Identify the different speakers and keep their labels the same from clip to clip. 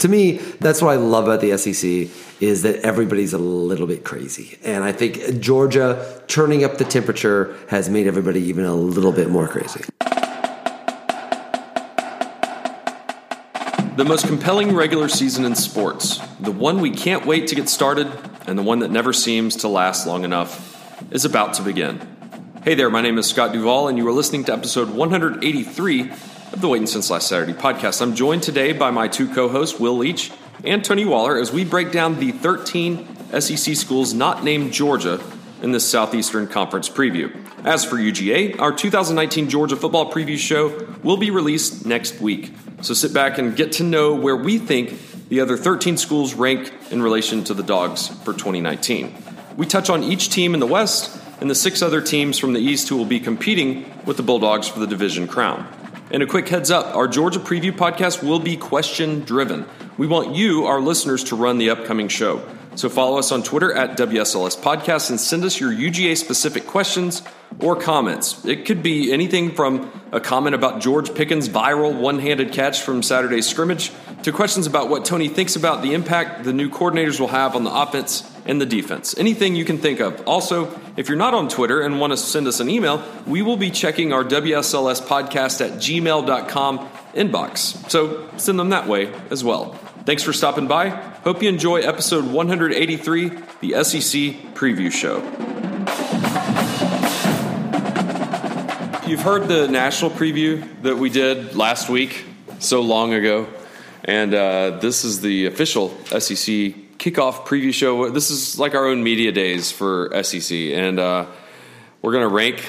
Speaker 1: to me, that's what I love about the SEC is that everybody's a little bit crazy, and I think Georgia turning up the temperature has made everybody even a little bit more crazy.
Speaker 2: The most compelling regular season in sports, the one we can't wait to get started, and the one that never seems to last long enough, is about to begin. Hey there, my name is Scott Duvall, and you are listening to episode 183 of the Waiting Since Last Saturday podcast. I'm joined today by my two co hosts, Will Leach and Tony Waller, as we break down the 13 SEC schools not named Georgia in this Southeastern Conference preview. As for UGA, our 2019 Georgia football preview show will be released next week. So sit back and get to know where we think the other 13 schools rank in relation to the Dogs for 2019. We touch on each team in the West and the six other teams from the East who will be competing with the Bulldogs for the division crown. And a quick heads up our Georgia preview podcast will be question driven. We want you, our listeners, to run the upcoming show. So follow us on Twitter at WSLS Podcast and send us your UGA specific questions or comments. It could be anything from a comment about George Pickens' viral one handed catch from Saturday's scrimmage to questions about what Tony thinks about the impact the new coordinators will have on the offense and the defense. Anything you can think of. Also, if you're not on Twitter and want to send us an email, we will be checking our WSLS podcast at gmail.com inbox. So send them that way as well. Thanks for stopping by. Hope you enjoy episode 183, the SEC Preview Show. You've heard the national preview that we did last week, so long ago. And uh, this is the official SEC kickoff preview show. This is like our own media days for SEC, and uh, we're going to rank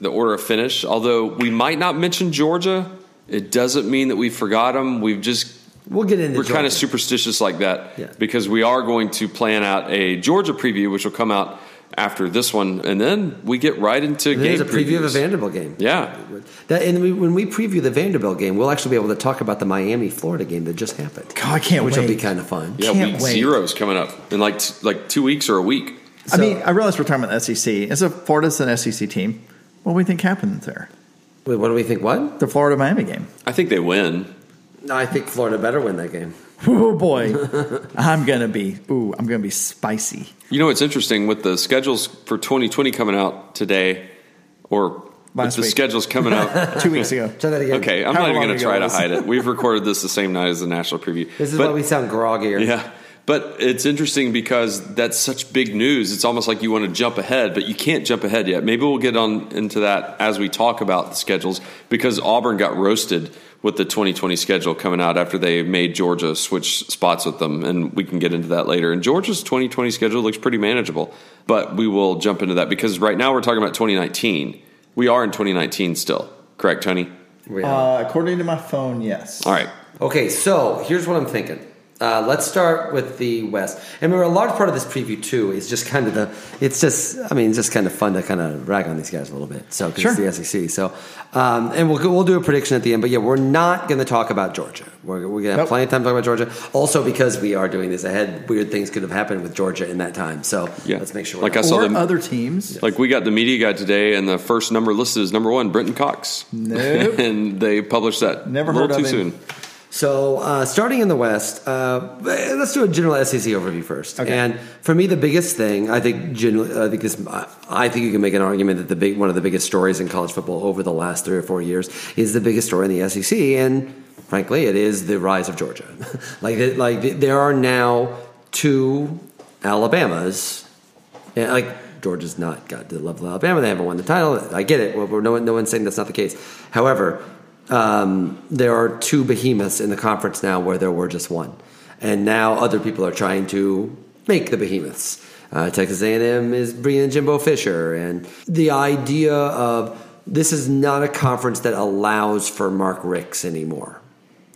Speaker 2: the order of finish. Although we might not mention Georgia, it doesn't mean that we forgot them. We've just
Speaker 1: We'll get into
Speaker 2: we're kind
Speaker 1: Georgia.
Speaker 2: of superstitious like that
Speaker 1: Yeah.
Speaker 2: because we are going to plan out a Georgia preview, which will come out after this one, and then we get right into game
Speaker 1: There's a preview of a
Speaker 2: previews.
Speaker 1: Vanderbilt game.
Speaker 2: Yeah,
Speaker 1: That, and we, when we preview the Vanderbilt game, we'll actually be able to talk about the Miami Florida game that just happened.
Speaker 3: God, I can't
Speaker 1: which will be
Speaker 3: wait.
Speaker 1: kind of fun.
Speaker 2: yeah.
Speaker 3: Can't
Speaker 2: week
Speaker 3: wait.
Speaker 2: zero is coming up in like t- like two weeks or a week.
Speaker 3: I
Speaker 1: So-
Speaker 3: mean, I realize we're talking about the E SEC. It's a Florida's an SEC team. What do we think happened there?
Speaker 1: Wait, what do we think? What?
Speaker 3: The Florida Miami game.
Speaker 2: I think they win.
Speaker 1: No, I think Florida better win that game.
Speaker 3: Oh boy, I'm gonna be ooh, I'm gonna be spicy.
Speaker 2: You know, it's interesting with the schedules for 2020 coming out today, or with
Speaker 3: Last
Speaker 2: the
Speaker 3: week.
Speaker 2: schedules coming out.
Speaker 3: Two weeks ago,
Speaker 1: Try that again.
Speaker 2: okay, I'm
Speaker 3: How
Speaker 2: not even
Speaker 3: long
Speaker 2: going to
Speaker 3: ago
Speaker 2: try to
Speaker 3: was it?
Speaker 2: hide it. We've recorded this the same night as the national preview.
Speaker 1: This is
Speaker 2: But-
Speaker 1: why we sound groggier.
Speaker 2: Yeah. But it's interesting because that's such big news. It's almost like you want to jump ahead, but you can't jump ahead yet. Maybe we'll get on into that as we talk about the schedules because Auburn got roasted with the 2020 schedule coming out after they made Georgia switch spots with them, and we can get into that later. And Georgia's 2020 schedule looks pretty manageable, but we will jump into that because right now we're talking about 2019. We are in 2019 still, correct, Tony?
Speaker 1: We are.
Speaker 3: Uh, according to my phone, yes.
Speaker 2: All right.
Speaker 1: Okay, so here's what I'm thinking. Uh, let's start with the West. And remember, a large part of this preview too is just kind of the. It's just, I mean, it's just kind of fun to kind of rag on these guys a little bit. So 'cause
Speaker 3: Sure.
Speaker 1: it's the SEC. So, um, and we'll go- we'll do a prediction at the end. But yeah, we're not going to talk about Georgia. We're, we're going to have
Speaker 3: Nope.
Speaker 1: plenty of time to talk about Georgia. Also, because we are doing this ahead, weird things could have happened with Georgia in that time. So
Speaker 2: Yeah.
Speaker 1: let's make sure.
Speaker 2: Like
Speaker 1: not-
Speaker 2: I saw
Speaker 3: or
Speaker 2: them-
Speaker 3: other teams.
Speaker 2: Like we got the media guy today, and the first number listed is number one, Brenton Cox.
Speaker 3: Nope.
Speaker 2: and they published that
Speaker 3: Never
Speaker 2: a little
Speaker 3: heard
Speaker 2: too
Speaker 3: of him.
Speaker 2: soon.
Speaker 1: So, uh, starting in the West, uh, let's do a general SEC overview first.
Speaker 3: Okay.
Speaker 1: And for me, the biggest thing I think, generally, I think this, I I think you can make an argument that the big one of the biggest stories in college football over the last three or four years is the biggest story in the SEC, and frankly, it is the rise of Georgia. like, the, like the, there are now two Alabamas yeah, like Georgia's not got to the level of Alabama. They haven't won the title. I get it. Well, we're- no, one, no one's saying that's not the case. However, um, there are two behemoths in the conference now where there were just one, and now other people are trying to make the behemoths. Uh, Texas A&M is bringing in Jimbo Fisher, and the idea of this is not a conference that allows for Mark Ricks anymore.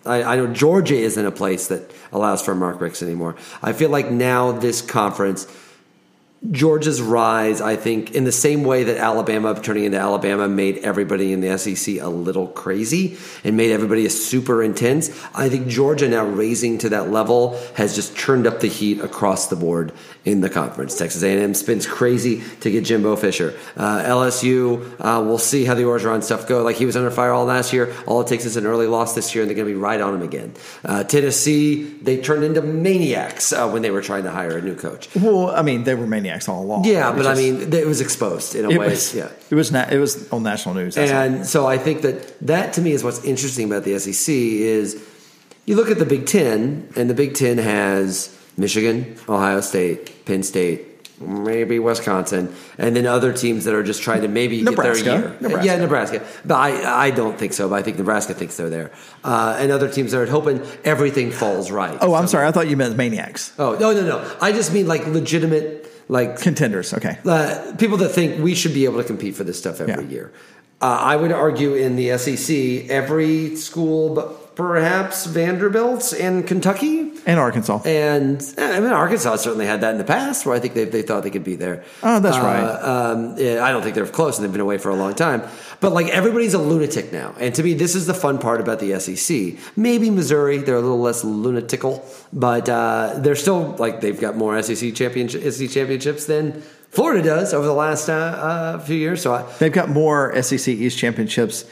Speaker 1: I, I know Georgia isn't a place that allows for Mark Ricks anymore. I feel like now this conference Georgia's rise, I think, in the same way that Alabama turning into Alabama made everybody in the SEC a little crazy and made everybody super intense, I think Georgia now raising to that level has just turned up the heat across the board in the conference. Texas A&M spins crazy to get Jimbo Fisher. Uh, LSU, uh, we'll see how the Orgeron stuff go. Like he was under fire all last year. All it takes is an early loss this year, and they're going to be right on him again. Uh, Tennessee, they turned into maniacs uh, when they were trying to hire a new coach.
Speaker 3: Well, I mean, they were maniacs all along.
Speaker 1: Yeah,
Speaker 3: It
Speaker 1: but I
Speaker 3: just-
Speaker 1: mean, it was exposed in a
Speaker 3: it
Speaker 1: way.
Speaker 3: was,
Speaker 1: yeah.
Speaker 3: it was na- it was on national news. That's all.
Speaker 1: And so I think that that to me is what's interesting about the SEC is you look at the Big Ten, and the Big Ten has Michigan, Ohio State, Penn State, maybe Wisconsin, and then other teams that are just trying to maybe get
Speaker 3: Nebraska.
Speaker 1: their year.
Speaker 3: Nebraska.
Speaker 1: Yeah, Nebraska. But I, I don't think so, but I think Nebraska thinks they're there. Uh, and other teams that are hoping everything falls right.
Speaker 3: oh, I'm
Speaker 1: So-
Speaker 3: sorry. I thought you meant maniacs,
Speaker 1: Oh, no, no, no. I just mean like legitimate, like
Speaker 3: contenders. Okay,
Speaker 1: uh, people that think we should be able to compete for this stuff every
Speaker 3: Yeah.
Speaker 1: year. Uh, I would argue in the SEC, every school, but perhaps Vanderbilt and Kentucky,
Speaker 3: and Arkansas.
Speaker 1: and I mean Arkansas certainly had that in the past, where I think they, they thought they could be there.
Speaker 3: Oh, that's
Speaker 1: Uh,
Speaker 3: right.
Speaker 1: Um, yeah, I don't think they're close, and they've been away for a long time. But like everybody's a lunatic now, and to me, this is the fun part about the SEC. Maybe Missouri, they're a little less lunatical, but uh, they're still like they've got more SEC championship SEC championships than Florida does over the last uh, uh, few years. So I,
Speaker 3: They've got more SEC East championships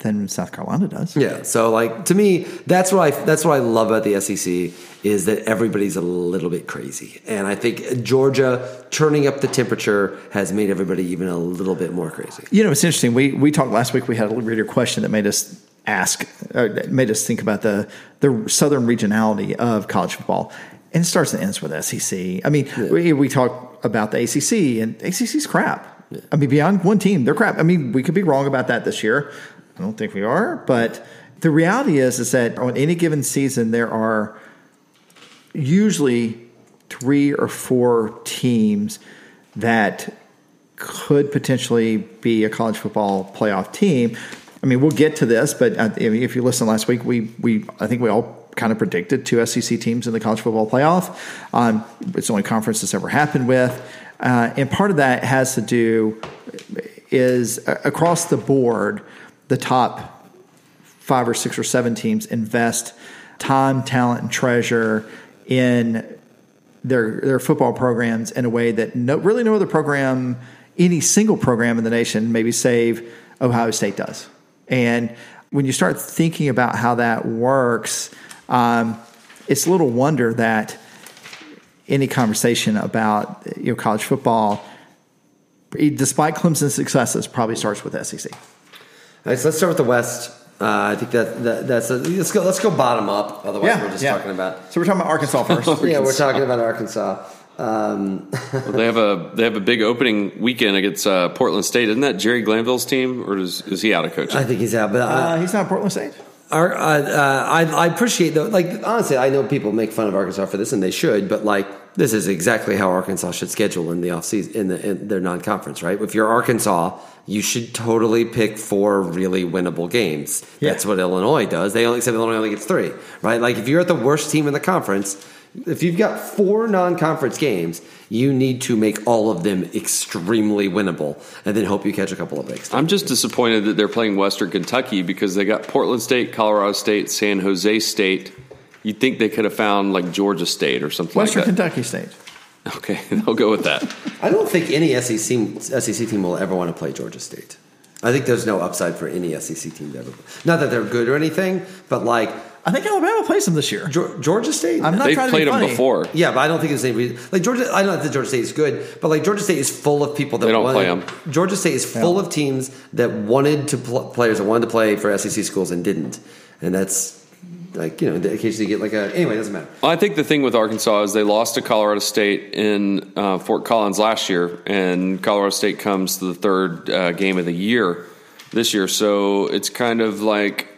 Speaker 3: than South Carolina does.
Speaker 1: Yeah. So like to me, that's what I that's what I love about the SEC is that everybody's a little bit crazy, and I think Georgia turning up the temperature has made everybody even a little bit more crazy.
Speaker 3: You know, it's interesting. We we talked last week. We had a reader question that made us ask, or that made us think about the the southern regionality of college football, and it starts and ends with SEC. I mean, we, we talk about the ACC, and ACC's crap. I mean, beyond one team, they're crap. I mean, we could be wrong about that this year. I don't think we are, but the reality is is that on any given season there are usually three or four teams that could potentially be a college football playoff team. I mean, we'll get to this, but uh, I mean, if you listen last week, we we I think we all kind of predicted two SEC teams in the college football playoff. Um, it's the only conference that's ever happened with, uh, and part of that has to do is uh, across the board, the top five or six or seven teams invest time, talent, and treasure in their their football programs in a way that no, really no other program, any single program in the nation, maybe save Ohio State does. And when you start thinking about how that works, um, it's little wonder that any conversation about you know college football, despite Clemson's successes, probably starts with E SEC.
Speaker 1: All right, so let's start with the West. Uh, I think that, that that's a, let's go let's go bottom up. Otherwise, we're just talking about
Speaker 3: So we're talking about Arkansas first.
Speaker 1: yeah, we're talking about Arkansas. Um,
Speaker 2: Well, they have a they have a big opening weekend against uh, Portland State. Isn't that Jerry Glanville's team, or is, is he out of coaching?
Speaker 1: I think he's out, but I,
Speaker 3: Uh, he's not Portland State.
Speaker 1: Our, uh, uh, I, I appreciate though. Like honestly, I know people make fun of Arkansas for this, and they should. But like, this is exactly how Arkansas should schedule in the offseason in, the, in their non-conference, right? If you're Arkansas, you should totally pick four really winnable games.
Speaker 3: Yeah.
Speaker 1: That's what Illinois does. They only except Illinois only gets three, right? Like if you're at the worst team in the conference, if you've got four non-conference games, you need to make all of them extremely winnable, and then hope you catch a couple of breaks.
Speaker 2: I'm just disappointed that they're playing Western Kentucky because they got Portland State, Colorado State, San Jose State. You'd think they could have found like Georgia State or something
Speaker 3: Western
Speaker 2: like that.
Speaker 3: Kentucky State.
Speaker 2: Okay, I'll go with that.
Speaker 1: I don't think any E SEC SEC team will ever want to play Georgia State. I think there's no upside for any SEC team to ever. Not that they're good or anything, but like
Speaker 3: I think Alabama plays them this year.
Speaker 1: Geor- Georgia State.
Speaker 3: I'm not
Speaker 2: They've
Speaker 3: trying to be
Speaker 2: played them
Speaker 3: funny.
Speaker 2: before.
Speaker 1: yeah, but I don't think it's any reason. Like Georgia, I don't think Georgia State is good, but like Georgia State is full of people that
Speaker 2: They don't
Speaker 1: wanted-
Speaker 2: play 'em.
Speaker 1: Georgia State is full of teams that wanted to pl- players that wanted to play for SEC schools and didn't, and that's like you know occasionally you get like a anyway it doesn't matter.
Speaker 2: Well, I think the thing with Arkansas is they lost to Colorado State in uh, Fort Collins last year, and Colorado State comes to the third uh, game of the year this year. So it's kind of like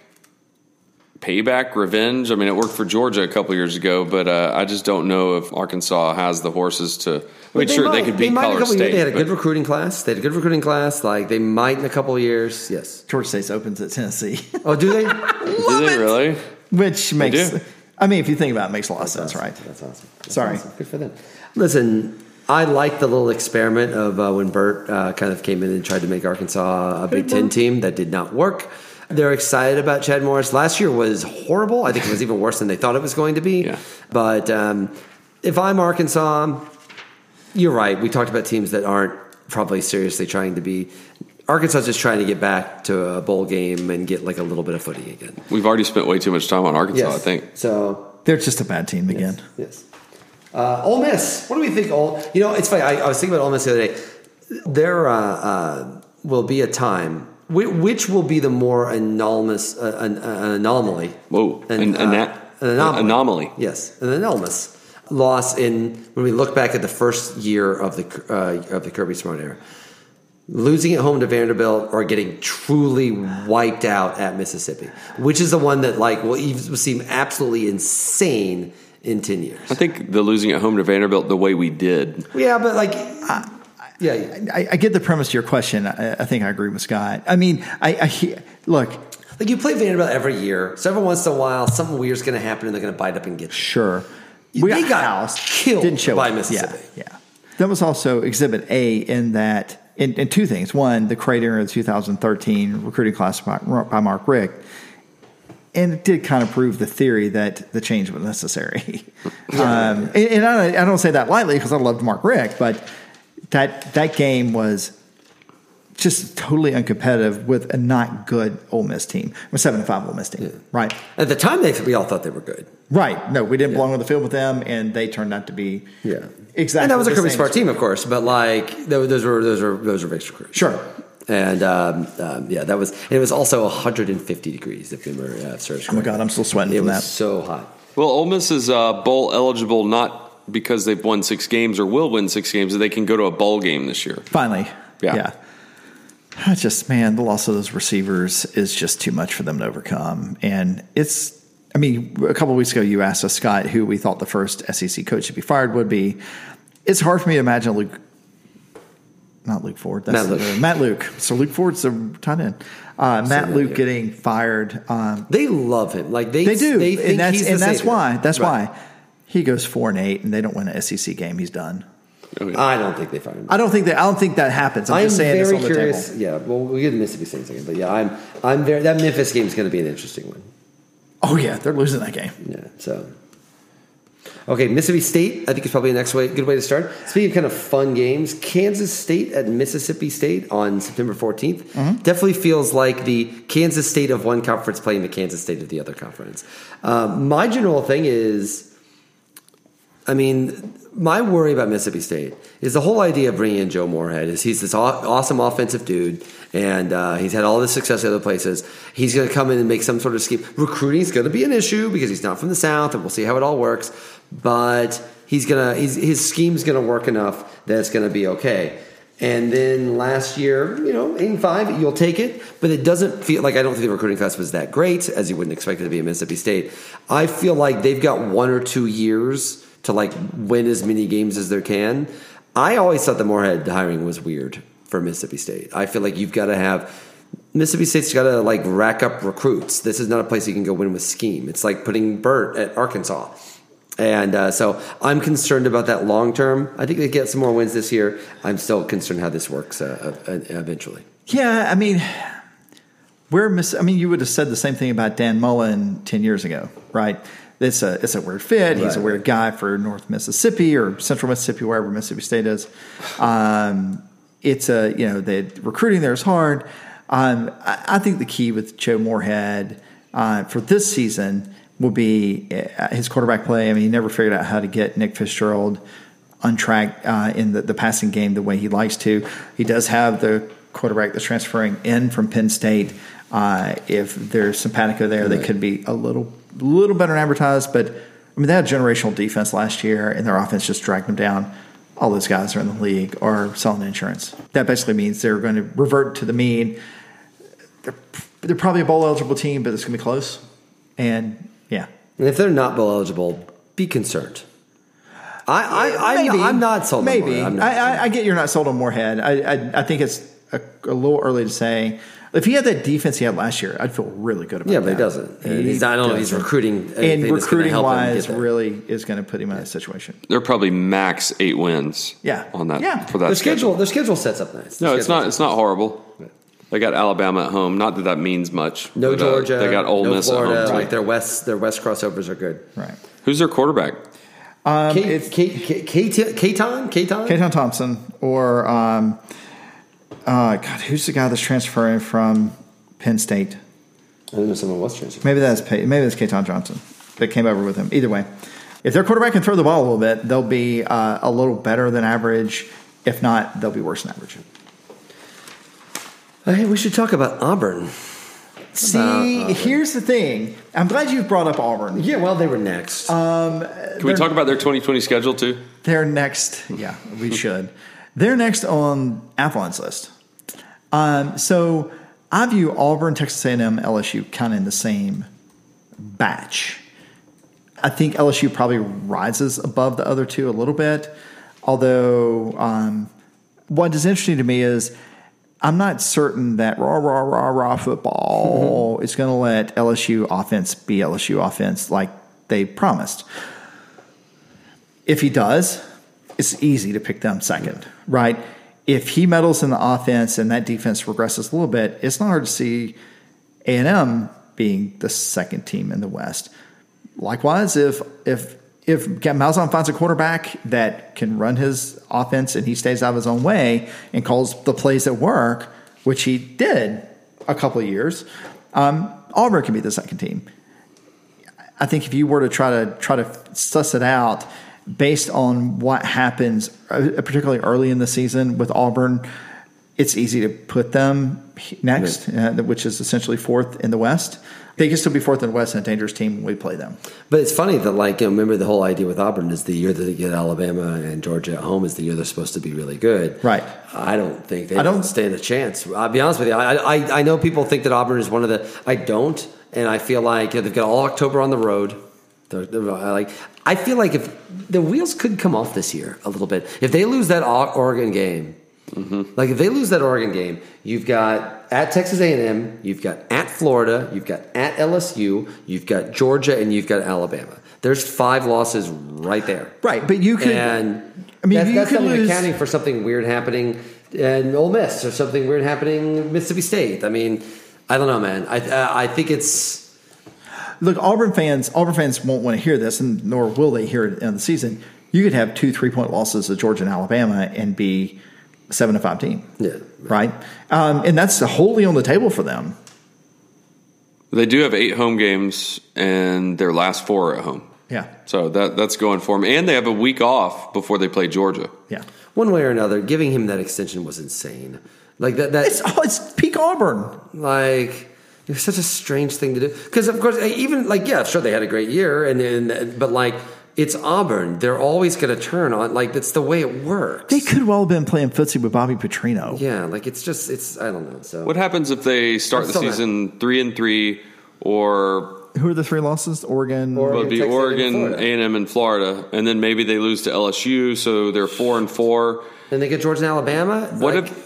Speaker 2: payback, revenge. I mean, it worked for Georgia a couple years ago, but uh, I just don't know if Arkansas has the horses to. I mean,
Speaker 1: But
Speaker 2: sure,
Speaker 1: might-
Speaker 2: they could beat
Speaker 1: might in a
Speaker 2: Colorado
Speaker 1: couple of years.
Speaker 2: State.
Speaker 1: They had a
Speaker 2: but-
Speaker 1: good recruiting class. They had a good recruiting class. Like they might in a couple of years. Yes.
Speaker 3: Georgia State opens at Tennessee,
Speaker 1: Oh, do they?
Speaker 2: Do they really?
Speaker 3: which makes.
Speaker 2: do.
Speaker 3: I mean, if you think about it, it makes a lot of sense, right?
Speaker 1: That's awesome. That's
Speaker 3: Sorry.
Speaker 1: awesome. Good for them. Listen, I like the little experiment of uh, when Bert uh, kind of came in and tried to make Arkansas a Big Ten team. That did not work. They're excited about Chad Morris. Last year was horrible. I think it was even worse than they thought it was going to be.
Speaker 2: Yeah.
Speaker 1: But um, if I'm Arkansas, you're right. We talked about teams that aren't probably seriously trying to be. Arkansas just trying to get back to a bowl game and get like a little bit of footing again.
Speaker 2: We've already spent way too much time on Arkansas, I think.
Speaker 1: so.
Speaker 3: They're just a bad team again.
Speaker 1: Yes. Uh, Ole Miss. What do we think? Ole. You know, it's funny. I, I was thinking about Ole Miss the other day. There uh, uh, will be a time whi- which will be the more anomalous uh, an, an anomaly.
Speaker 2: Whoa. An-
Speaker 1: uh,
Speaker 2: ana-
Speaker 1: an anomaly.
Speaker 2: anomaly.
Speaker 1: Yes, an anomalous loss in when we look back at the first year of the uh, of the Kirby Smart era. Losing at home to Vanderbilt or getting truly wiped out at Mississippi, which is the one that like will even seem absolutely insane in ten years.
Speaker 2: I think the losing at home to Vanderbilt the way we did.
Speaker 1: Yeah, but like, yeah, yeah.
Speaker 3: I, I get the premise to your question. I, I think I agree with Scott. I mean, I, I he- look,
Speaker 1: like you play Vanderbilt every year, so every once in a while something weird's going to happen and they're going to bite up and get you.
Speaker 3: sure,
Speaker 1: They got killed by
Speaker 3: up.
Speaker 1: Mississippi.
Speaker 3: Yeah, yeah, that was also Exhibit A in that in, in two things. One, the crater of the 2013 recruiting class by, by Mark Rick, and it did kind of prove the theory that the change was necessary. um, and and I, don't- I don't say that lightly because I loved Mark Rick, but that that game was just totally uncompetitive with a not good Ole Miss team, a seven and five Ole Miss team, right?
Speaker 1: At the time, they we all thought they were good.
Speaker 3: Right. No, we didn't belong on the field with them, and they turned out to be exactly.
Speaker 1: And that was a
Speaker 3: the
Speaker 1: Kirby
Speaker 3: same
Speaker 1: Smart team, of course, but like tho- those were those were those were mixed recruits.
Speaker 3: Sure.
Speaker 1: And um, um, yeah, that was and it was also 150 degrees if memory uh, serves.
Speaker 3: Oh my god, I'm still sweating
Speaker 1: it
Speaker 3: from
Speaker 1: was
Speaker 3: that.
Speaker 1: so hot.
Speaker 2: Well, Ole Miss is uh, bowl eligible not because they've won six games or will win six games, they can go to a bowl game this year.
Speaker 3: Finally,
Speaker 2: Yeah.
Speaker 3: I just man, the loss of those receivers is just too much for them to overcome, and it's. I mean, a couple of weeks ago, you asked us, Scott, who we thought the first SEC coach to be fired would be. It's hard for me to imagine Luke, not Luke Ford, that's
Speaker 1: Matt Luke.
Speaker 3: the- Matt Luke. So Luke Ford's the tight end. Uh, Matt
Speaker 1: that
Speaker 3: Luke
Speaker 1: here.
Speaker 3: getting fired. Um,
Speaker 1: They love him. Like they
Speaker 3: They do,
Speaker 1: They think
Speaker 3: and that's
Speaker 1: he's the
Speaker 3: and that's
Speaker 1: savior.
Speaker 3: why that's
Speaker 1: Right.
Speaker 3: why he goes four and eight, and they don't win an SEC game. He's done.
Speaker 2: Okay.
Speaker 1: I don't think they fired him.
Speaker 3: I don't think that I don't think that happens. I'm,
Speaker 1: I'm
Speaker 3: just saying
Speaker 1: very
Speaker 3: this on the
Speaker 1: curious.
Speaker 3: table.
Speaker 1: Yeah, well, we'll get to Mississippi State in a second, but yeah, I'm I'm very that Memphis game is going to be an interesting one.
Speaker 3: Oh yeah, they're losing that game.
Speaker 1: Yeah, so. Okay, Mississippi State, I think is probably the next way, good way to start. Speaking of kind of fun games, Kansas State at Mississippi State on September 14th definitely feels like the Kansas State of one conference playing the Kansas State of the other conference. Um, my general thing is, I mean, my worry about Mississippi State is the whole idea of bringing in Joe Moorhead is he's this aw- awesome offensive dude, and uh, he's had all this success at other places. He's going to come in and make some sort of scheme. Recruiting is going to be an issue because he's not from the South, and we'll see how it all works. But he's gonna he's, his scheme's going to work enough that it's going to be okay. And then last year, you know, eight and five, you'll take it, but it doesn't feel like I don't think the recruiting class was that great, as you wouldn't expect it to be in Mississippi State. I feel like they've got one or two years to like win as many games as they can. I always thought the Moorhead hiring was weird for Mississippi State. I feel like you've got to have Mississippi State's got to like rack up recruits. This is not a place you can go win with scheme. It's like putting Burt at Arkansas. And uh, so I'm concerned about that long term. I think they get some more wins this year. I'm still concerned how this works uh, uh, eventually.
Speaker 3: Yeah, I mean, we're miss. I mean, you would have said the same thing about Dan Mullen ten years ago, right? It's a it's a weird fit. He's a
Speaker 1: Right.
Speaker 3: weird guy for North Mississippi or Central Mississippi, wherever Mississippi State is. Um, it's a you know the recruiting there is hard. Um, I, I think the key with Joe Moorhead uh, for this season will be uh, his quarterback play. I mean, he never figured out how to get Nick Fitzgerald on track uh, in the, the passing game the way he likes to. He does have the quarterback that's transferring in from Penn State. Uh, if there's simpatico there, they could be a little little better than advertised. But I mean, they had generational defense last year, and their offense just dragged them down. All those guys are in the league are selling insurance. That basically means they're going to revert to the mean. They're, they're probably a bowl eligible team, but it's going to be close. And yeah,
Speaker 1: And if they're not bowl eligible, be concerned. I, I, I'm,
Speaker 3: Maybe.
Speaker 1: not, I'm not sold. on
Speaker 3: Maybe
Speaker 1: Moorhead. I'm not.
Speaker 3: I, I, I get you're not sold on Moorhead. I I, I think it's a, a little early to say. If he had that defense he had last year, I'd feel really good about
Speaker 1: Yeah,
Speaker 3: that.
Speaker 1: but he doesn't. And he's, I don't know. if He's
Speaker 3: doesn't.
Speaker 1: recruiting uh,
Speaker 3: And
Speaker 1: anything that's gonna
Speaker 3: recruiting
Speaker 1: help him get
Speaker 3: wise,
Speaker 1: there.
Speaker 3: really is going to put him in a situation.
Speaker 2: They're probably max eight wins.
Speaker 3: Yeah.
Speaker 2: on that.
Speaker 3: Yeah.
Speaker 2: for that
Speaker 1: their schedule. Their schedule sets up nice.
Speaker 2: No,
Speaker 1: Their
Speaker 2: it's
Speaker 1: schedule
Speaker 2: not. It's not horrible. They got Alabama at home. Not that that means much.
Speaker 1: No
Speaker 2: but, uh,
Speaker 1: Georgia.
Speaker 2: they got Ole
Speaker 1: no
Speaker 2: Miss
Speaker 1: Florida.
Speaker 2: at home. too.
Speaker 1: Like their west, their west crossovers are good.
Speaker 3: Right.
Speaker 2: Who's their quarterback?
Speaker 1: Um,
Speaker 3: it's-
Speaker 1: Katon, Katon.
Speaker 3: Katon Thompson or um, uh, God, who's the guy that's transferring from Penn State?
Speaker 1: I don't know someone was transferred.
Speaker 3: Maybe that's Pa- maybe that's Katon Johnson that came over with him. Either way, if their quarterback can throw the ball a little bit, they'll be uh, a little better than average. If not, they'll be worse than average.
Speaker 1: Hey, we should talk about Auburn.
Speaker 3: See, here's the thing. I'm glad you brought up Auburn.
Speaker 1: Yeah, well, they were next.
Speaker 2: Can we talk about their 2020 schedule too?
Speaker 3: They're next. Yeah, we should. They're next on Athlon's list. Um, so I view Auburn, Texas A&M, LSU kind of in the same batch. I think LSU probably rises above the other two a little bit. Although, um, what is interesting to me is I'm not certain that rah, rah, rah, rah football is going to let LSU offense be LSU offense like they promised. If he does, it's easy to pick them second, right? If he meddles in the offense and that defense regresses a little bit, it's not hard to see A&M being the second team in the West. Likewise, if if if Malzahn finds a quarterback that can run his offense and he stays out of his own way and calls the plays that work, which he did a couple of years, um, Auburn can be the second team. I think if you were to try to try to suss it out based on what happens, uh, particularly early in the season with Auburn, it's easy to put them next, uh, which is essentially fourth in the West. They can still be fourth in the West and a dangerous team when we play them.
Speaker 1: but it's funny that, like, you know, remember the whole idea with Auburn is the year that they get Alabama and Georgia at home is the year they're supposed to be really good.
Speaker 3: Right.
Speaker 1: I don't think they
Speaker 3: I
Speaker 1: I
Speaker 3: don't-
Speaker 1: don't stand a chance. I'll be honest with you. I, I I know people think that Auburn is one of the. I don't, and I feel like you know, they've got all October on the road. They're- they're- I like I feel like if the wheels could come off this year a little bit, if they lose that O- Oregon game, like if they lose that Oregon game, you've got at Texas A and M, you've got at Florida, you've got at LSU, you've got Georgia, and you've got Alabama. There's five losses right there.
Speaker 3: Right, but you could-
Speaker 1: And
Speaker 3: I mean,
Speaker 1: that's,
Speaker 3: you
Speaker 1: that's
Speaker 3: could
Speaker 1: not even
Speaker 3: lose-
Speaker 1: accounting for something weird happening in Ole Miss or something weird happening in Mississippi State. I mean, I don't know, man. I I I think it's
Speaker 3: Look, Auburn fans, Auburn fans won't want to hear this, and nor will they hear it in the season. You could have two three point losses to Georgia and Alabama and be a seven to five team,
Speaker 1: yeah.
Speaker 3: right? Um, and that's wholly on the table for them.
Speaker 2: They do have eight home games, and their last four are at home.
Speaker 3: Yeah,
Speaker 2: So that that's going for them, and they have a week off before they play Georgia.
Speaker 3: yeah.
Speaker 1: One way or another, giving him that extension was insane. Like that. that
Speaker 3: It's oh, it's peak Auburn.
Speaker 1: Like it was such a strange thing to do. Because of course, even like yeah, sure they had a great year, and, and but like it's Auburn. They're always going to turn on. Like that's the way it works.
Speaker 3: They could well have been playing footsie with Bobby Petrino.
Speaker 1: yeah, like it's just it's I don't know. So
Speaker 2: What happens if they start
Speaker 1: That's
Speaker 2: the
Speaker 1: still not-
Speaker 2: season three and three, or
Speaker 3: Who are the three losses? Oregon.
Speaker 1: Or-
Speaker 2: well,
Speaker 1: Oregon,
Speaker 2: it'd be
Speaker 1: Texas, and
Speaker 2: Oregon, A
Speaker 1: Florida.
Speaker 2: and M, and Florida, and then maybe they lose to LSU, so they're four and four.
Speaker 1: then they get Georgia and Alabama.
Speaker 2: What
Speaker 1: Like,
Speaker 2: if?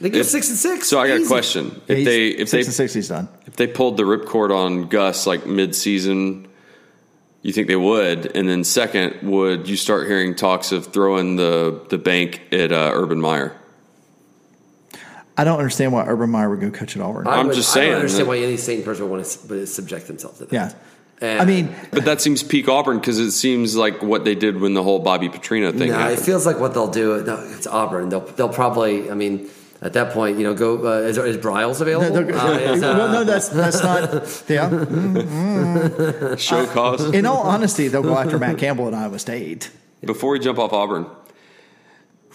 Speaker 1: they get
Speaker 2: if-
Speaker 1: six and six?
Speaker 2: So I got a
Speaker 1: Easy.
Speaker 2: question.
Speaker 3: Yeah,
Speaker 2: If
Speaker 3: he's-
Speaker 2: they if they
Speaker 3: six and six, he's done.
Speaker 2: if they pulled the ripcord on Gus like mid season, you think they would? And then second, would you start hearing talks of throwing the the bank at uh, Urban Meyer?
Speaker 3: I don't understand why Urban Meyer would go coach at Auburn.
Speaker 1: I
Speaker 2: I'm
Speaker 1: would-
Speaker 2: just
Speaker 1: I
Speaker 2: saying
Speaker 1: don't understand
Speaker 2: that-
Speaker 1: why any sane person would want to s- would subject themselves to that.
Speaker 3: yeah,
Speaker 1: And-
Speaker 3: I mean,
Speaker 2: But that seems peak Auburn because it seems like what they did when the whole Bobby Petrino thing
Speaker 1: No, it
Speaker 2: happened.
Speaker 1: feels like what they'll do. No, it's Auburn. They'll they'll probably. I mean, at that point, you know, go. Uh, is, is Bryles
Speaker 3: no,
Speaker 1: available?
Speaker 3: no,
Speaker 1: Uh, is, uh,
Speaker 3: well, no, that's that's not. Yeah,
Speaker 2: Show cause.
Speaker 3: in all honesty, they'll go after Matt Campbell at Iowa State.
Speaker 2: Before we jump off Auburn,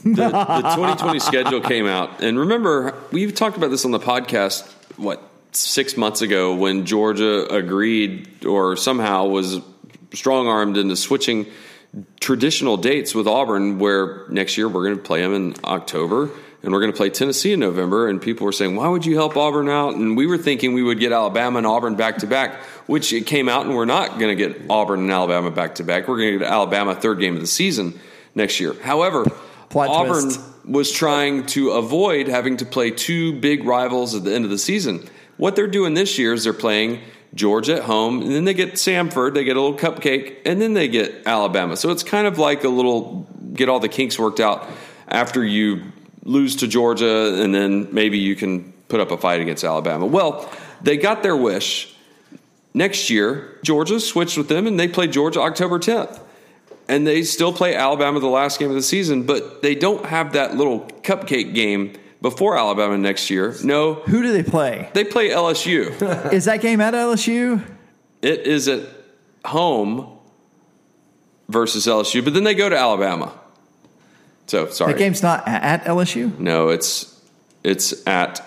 Speaker 2: the, the 2020 schedule came out, and remember we've talked about this on the podcast. What six months ago, when Georgia agreed or somehow was strong armed into switching traditional dates with Auburn, where next year we're going to play them in October. And we're going to play Tennessee in November, and people were saying, "Why would you help Auburn out?" And we were thinking we would get Alabama and Auburn back to back, which it came out, and we're not going to get Auburn and Alabama back to back. We're going to get Alabama third game of the season next year. However,
Speaker 3: Plot
Speaker 2: Auburn
Speaker 3: twist.
Speaker 2: was trying to avoid having to play two big rivals at the end of the season. What they're doing this year is they're playing Georgia at home, and then they get Samford, they get a little cupcake, and then they get Alabama. So it's kind of like a little get all the kinks worked out after you lose to Georgia, and then maybe you can put up a fight against Alabama. Well, they got their wish. Next year, Georgia switched with them, and they play Georgia October 10th and they still play Alabama the last game of the season, but they don't have that little cupcake game before Alabama next year. No,
Speaker 3: Who do they play?
Speaker 2: they play LSU.
Speaker 3: Is that game at LSU?
Speaker 2: it is at home versus LSU, but then they go to Alabama. So sorry,
Speaker 3: That game's not a- at LSU.
Speaker 2: no, it's it's at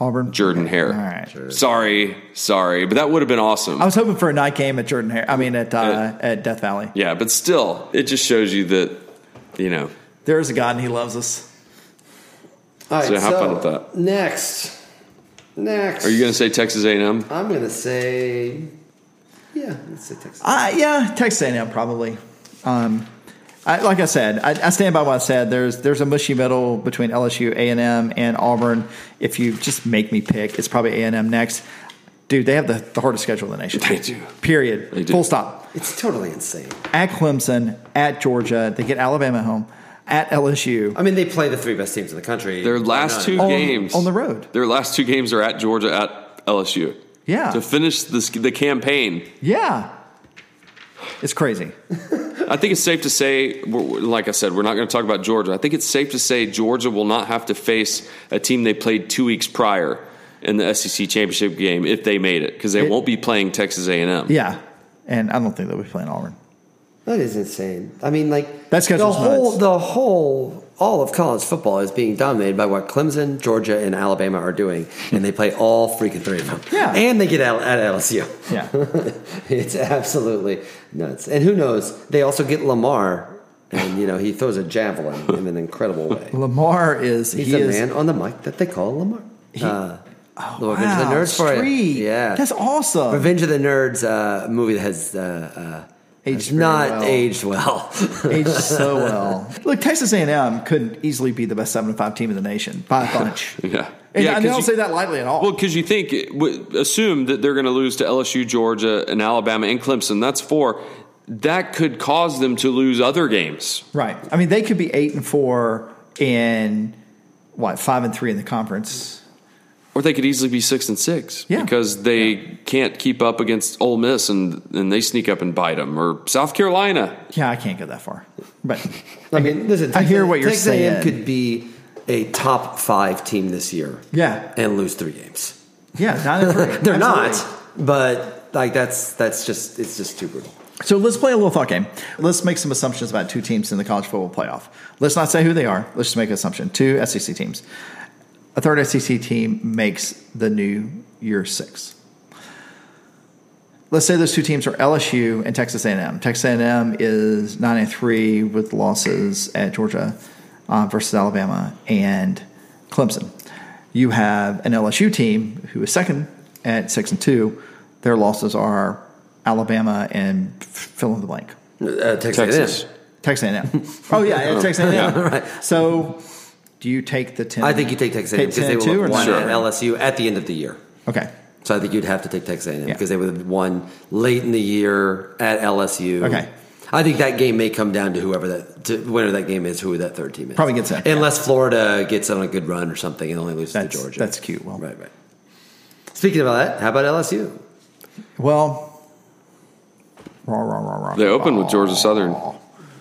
Speaker 3: Auburn.
Speaker 2: Jordan Hare.
Speaker 3: All right.
Speaker 2: Sorry, sorry, but that would have been awesome.
Speaker 3: I was hoping for a night game at Jordan Hare. I mean, at uh, at Death Valley.
Speaker 2: yeah, but still, it just shows you that you know
Speaker 3: There is a God and He loves us.
Speaker 1: All right,
Speaker 2: So have fun with that.
Speaker 1: Next. Next.
Speaker 2: Are you going to say Texas A&M?
Speaker 1: I'm going to say. Yeah, let's say Texas.
Speaker 3: Uh, yeah, Texas A&M probably. Um, I, like I said, I, I stand by what I said. There's there's a mushy middle between LSU, A&M, and Auburn. If you just make me pick, it's probably A&M next. Dude, they have the, the hardest schedule in the nation.
Speaker 2: They do.
Speaker 3: Period.
Speaker 2: They do.
Speaker 3: Full stop.
Speaker 1: It's totally insane.
Speaker 3: At Clemson, at Georgia, they get Alabama home, at LSU.
Speaker 1: I mean, they play the three best teams in the country.
Speaker 2: Their
Speaker 1: Why
Speaker 2: last
Speaker 1: not?
Speaker 2: two
Speaker 3: On-
Speaker 2: games
Speaker 3: on the road. Ah.
Speaker 2: Their last two games are at Georgia at LSU.
Speaker 3: Yeah.
Speaker 2: To finish this, the campaign,
Speaker 3: Yeah. It's crazy.
Speaker 2: I think it's safe to say, we're- we're- like I said, we're not going to talk about Georgia. I think it's safe to say Georgia will not have to face a team they played two weeks prior in the SEC championship game if they made it, because they
Speaker 3: It-
Speaker 2: won't be playing Texas A and M.
Speaker 3: Yeah. And I don't think they'll be playing Auburn.
Speaker 1: That is insane. I mean, like
Speaker 3: That
Speaker 1: the
Speaker 3: schedule's
Speaker 1: whole,
Speaker 3: nuts.
Speaker 1: the whole, all of college football is being dominated by what Clemson, Georgia, and Alabama are doing, and they play all freaking three of them.
Speaker 3: Yeah.
Speaker 1: and they get out at LSU.
Speaker 3: Yeah.
Speaker 1: it's absolutely nuts. And who knows? They also get Lamar, and you know he throws a javelin in an incredible way.
Speaker 3: Lamar is
Speaker 1: He's
Speaker 3: he
Speaker 1: the
Speaker 3: is oh,
Speaker 1: man on the mic that they call Lamar. uh, Lord, Revenge of
Speaker 3: wow,
Speaker 1: the Nerds for
Speaker 3: street.
Speaker 1: you. Yeah,
Speaker 3: That's awesome.
Speaker 1: Revenge of the Nerds uh, movie that has uh, uh,
Speaker 3: Aged
Speaker 1: has
Speaker 3: very
Speaker 1: not
Speaker 3: well.
Speaker 1: aged well.
Speaker 3: aged so well. Look, Texas A&M could easily be the best seven and five team in the nation by a bunch.
Speaker 2: Yeah.
Speaker 3: And
Speaker 2: Yeah,
Speaker 3: I
Speaker 2: 'cause
Speaker 3: don't
Speaker 2: you-
Speaker 3: say that lightly at all.
Speaker 2: Well, because you think, w- assume that they're going to lose to LSU, Georgia, and Alabama, and Clemson. That's four. That could cause them to lose other games.
Speaker 3: right. I mean, they could be eight and four in what five and three in the conference.
Speaker 2: Or they could easily be six and six
Speaker 3: Yeah.
Speaker 2: because they can't keep up against Ole Miss and, and they sneak up and bite them or South Carolina.
Speaker 3: Yeah, I can't go that far, but
Speaker 1: I mean, listen.
Speaker 3: I hear
Speaker 1: Texas-
Speaker 3: what you're
Speaker 1: Texas A&M
Speaker 3: saying.
Speaker 1: could be a top five team this year.
Speaker 3: Yeah.
Speaker 1: and lose three games.
Speaker 3: yeah, nine and three.
Speaker 1: They're
Speaker 3: Absolutely.
Speaker 1: not, but like that's that's just it's just too brutal.
Speaker 3: So let's play a little thought game. Let's make some assumptions about two teams in the college football playoff. Let's not say who they are. Let's just make an assumption. Two SEC teams. A third SEC team makes the new year six. Let's say those two teams are LSU and Texas A&M. Texas A&M is nine and three with losses at Georgia uh, versus Alabama and Clemson. You have an LSU team who is second at six and two. Their losses are Alabama and f- fill in the blank.
Speaker 1: Uh, Texas,
Speaker 2: Texas.
Speaker 1: A&M.
Speaker 3: Texas A&M. oh yeah, yeah, Texas A&M. So, do you take the ten?
Speaker 1: I think you take Texas A&M because they
Speaker 3: two
Speaker 1: will
Speaker 3: or
Speaker 1: have won
Speaker 3: nine?
Speaker 1: at LSU at the end of the year.
Speaker 3: Okay.
Speaker 1: So I think you'd have to take Texas A&M
Speaker 3: Yeah.
Speaker 1: because they would have won late in the year at LSU.
Speaker 3: Okay.
Speaker 1: I think that game may come down to whoever that to winner that game is, who that third team is.
Speaker 3: Probably gets in, yeah.
Speaker 1: unless Florida gets on a good run or something and only loses
Speaker 3: That's-
Speaker 1: to Georgia.
Speaker 3: that's cute, Will.
Speaker 1: right, right. Speaking about that, how about LSU?
Speaker 3: Well, rah, rah, rah, rah,
Speaker 2: They open with
Speaker 3: rah.
Speaker 2: Georgia Southern.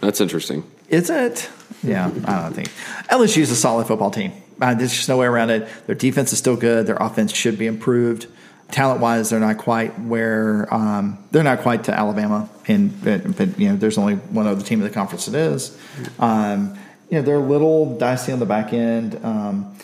Speaker 2: That's interesting.
Speaker 3: Is it? Yeah, I don't think LSU is a solid football team. Uh, there's just no way around it. Their defense is still good. Their offense should be improved. Talent wise, they're not quite where um, they're not quite to Alabama, and but, but you know there's only one other team in the conference that is. Um, you know they're a little dicey on the back end. Um,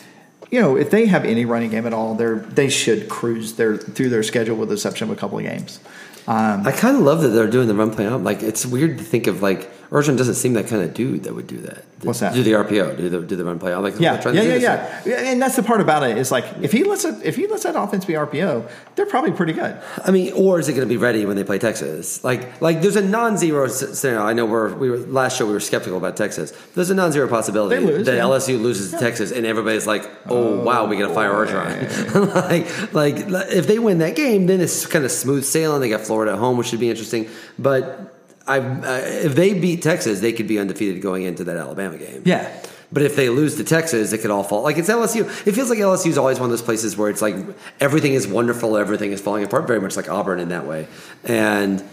Speaker 3: you know if they have any running game at all, they're they should cruise their through their schedule with the exception of a couple of games.
Speaker 1: I kind of love that they're doing the run play out. Like it's weird to think of like Urchin doesn't seem that kind of dude that would do that.
Speaker 3: What's that?
Speaker 1: Do the RPO? Do the do the run play out? Like
Speaker 3: Yeah,
Speaker 1: trying
Speaker 3: yeah,
Speaker 1: to
Speaker 3: yeah,
Speaker 1: do this.
Speaker 3: yeah, yeah. And that's the part about it is like if he lets it, if he lets that offense be RPO, they're probably pretty good.
Speaker 1: I mean, or is it going to be ready when they play Texas? Like, like there's a non-zero s- scenario. I know we're we were last show we were skeptical about Texas. There's a non-zero possibility
Speaker 3: They lose,
Speaker 1: that
Speaker 3: yeah.
Speaker 1: LSU loses to Texas, and everybody's like, "Oh, wow, we got to fire Orgeron." like, like li- if they win that game, then it's kind of smooth sailing. They got Florida at home, which should be interesting. But I, I, if they beat Texas, they could be undefeated going into that Alabama game.
Speaker 3: Yeah.
Speaker 1: But if they lose to Texas, it could all fall. Like it's LSU. It feels like LSU is always one of those places where it's like everything is wonderful, everything is falling apart, very much like Auburn in that way. And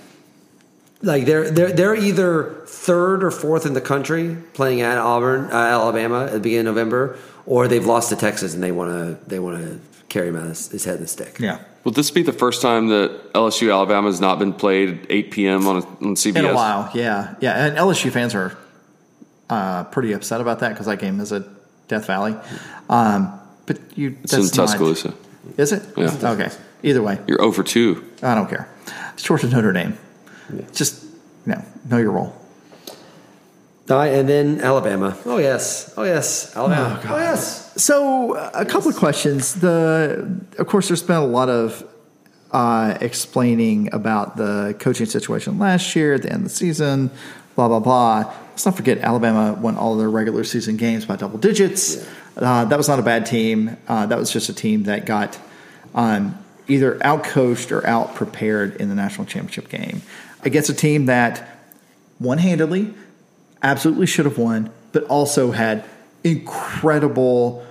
Speaker 1: like they're they're they're either third or fourth in the country playing at Auburn, uh, Alabama at the beginning of November, or they've lost to Texas and they want to they want to carry him out his, his head in a stick.
Speaker 3: Yeah,
Speaker 2: Will this be the first time that LSU Alabama has not been played at 8 p.m. on, on CBS?
Speaker 3: in a while. Yeah, yeah. And LSU fans are uh, pretty upset about that because that game is at Death Valley. Um, but you,
Speaker 2: It's in Tuscaloosa.
Speaker 3: Not, is it?
Speaker 2: Yeah.
Speaker 3: Okay. Either way,
Speaker 2: You're over two.
Speaker 3: I don't care. It's Georgia Notre Dame. Just you know, know your role.
Speaker 1: All right, and then Alabama. Oh yes, oh yes, Alabama. Oh, yes.
Speaker 3: So, uh, a couple of questions. The, of course, there's been a lot of uh, explaining about the coaching situation last year at the end of the season, blah blah blah. Let's not forget Alabama won all their regular season games by double digits. Uh, that was not a bad team. Uh, that was just a team that got um, either outcoached or out prepared in the national championship game against a team that one handedly, absolutely should have won, but also had incredible,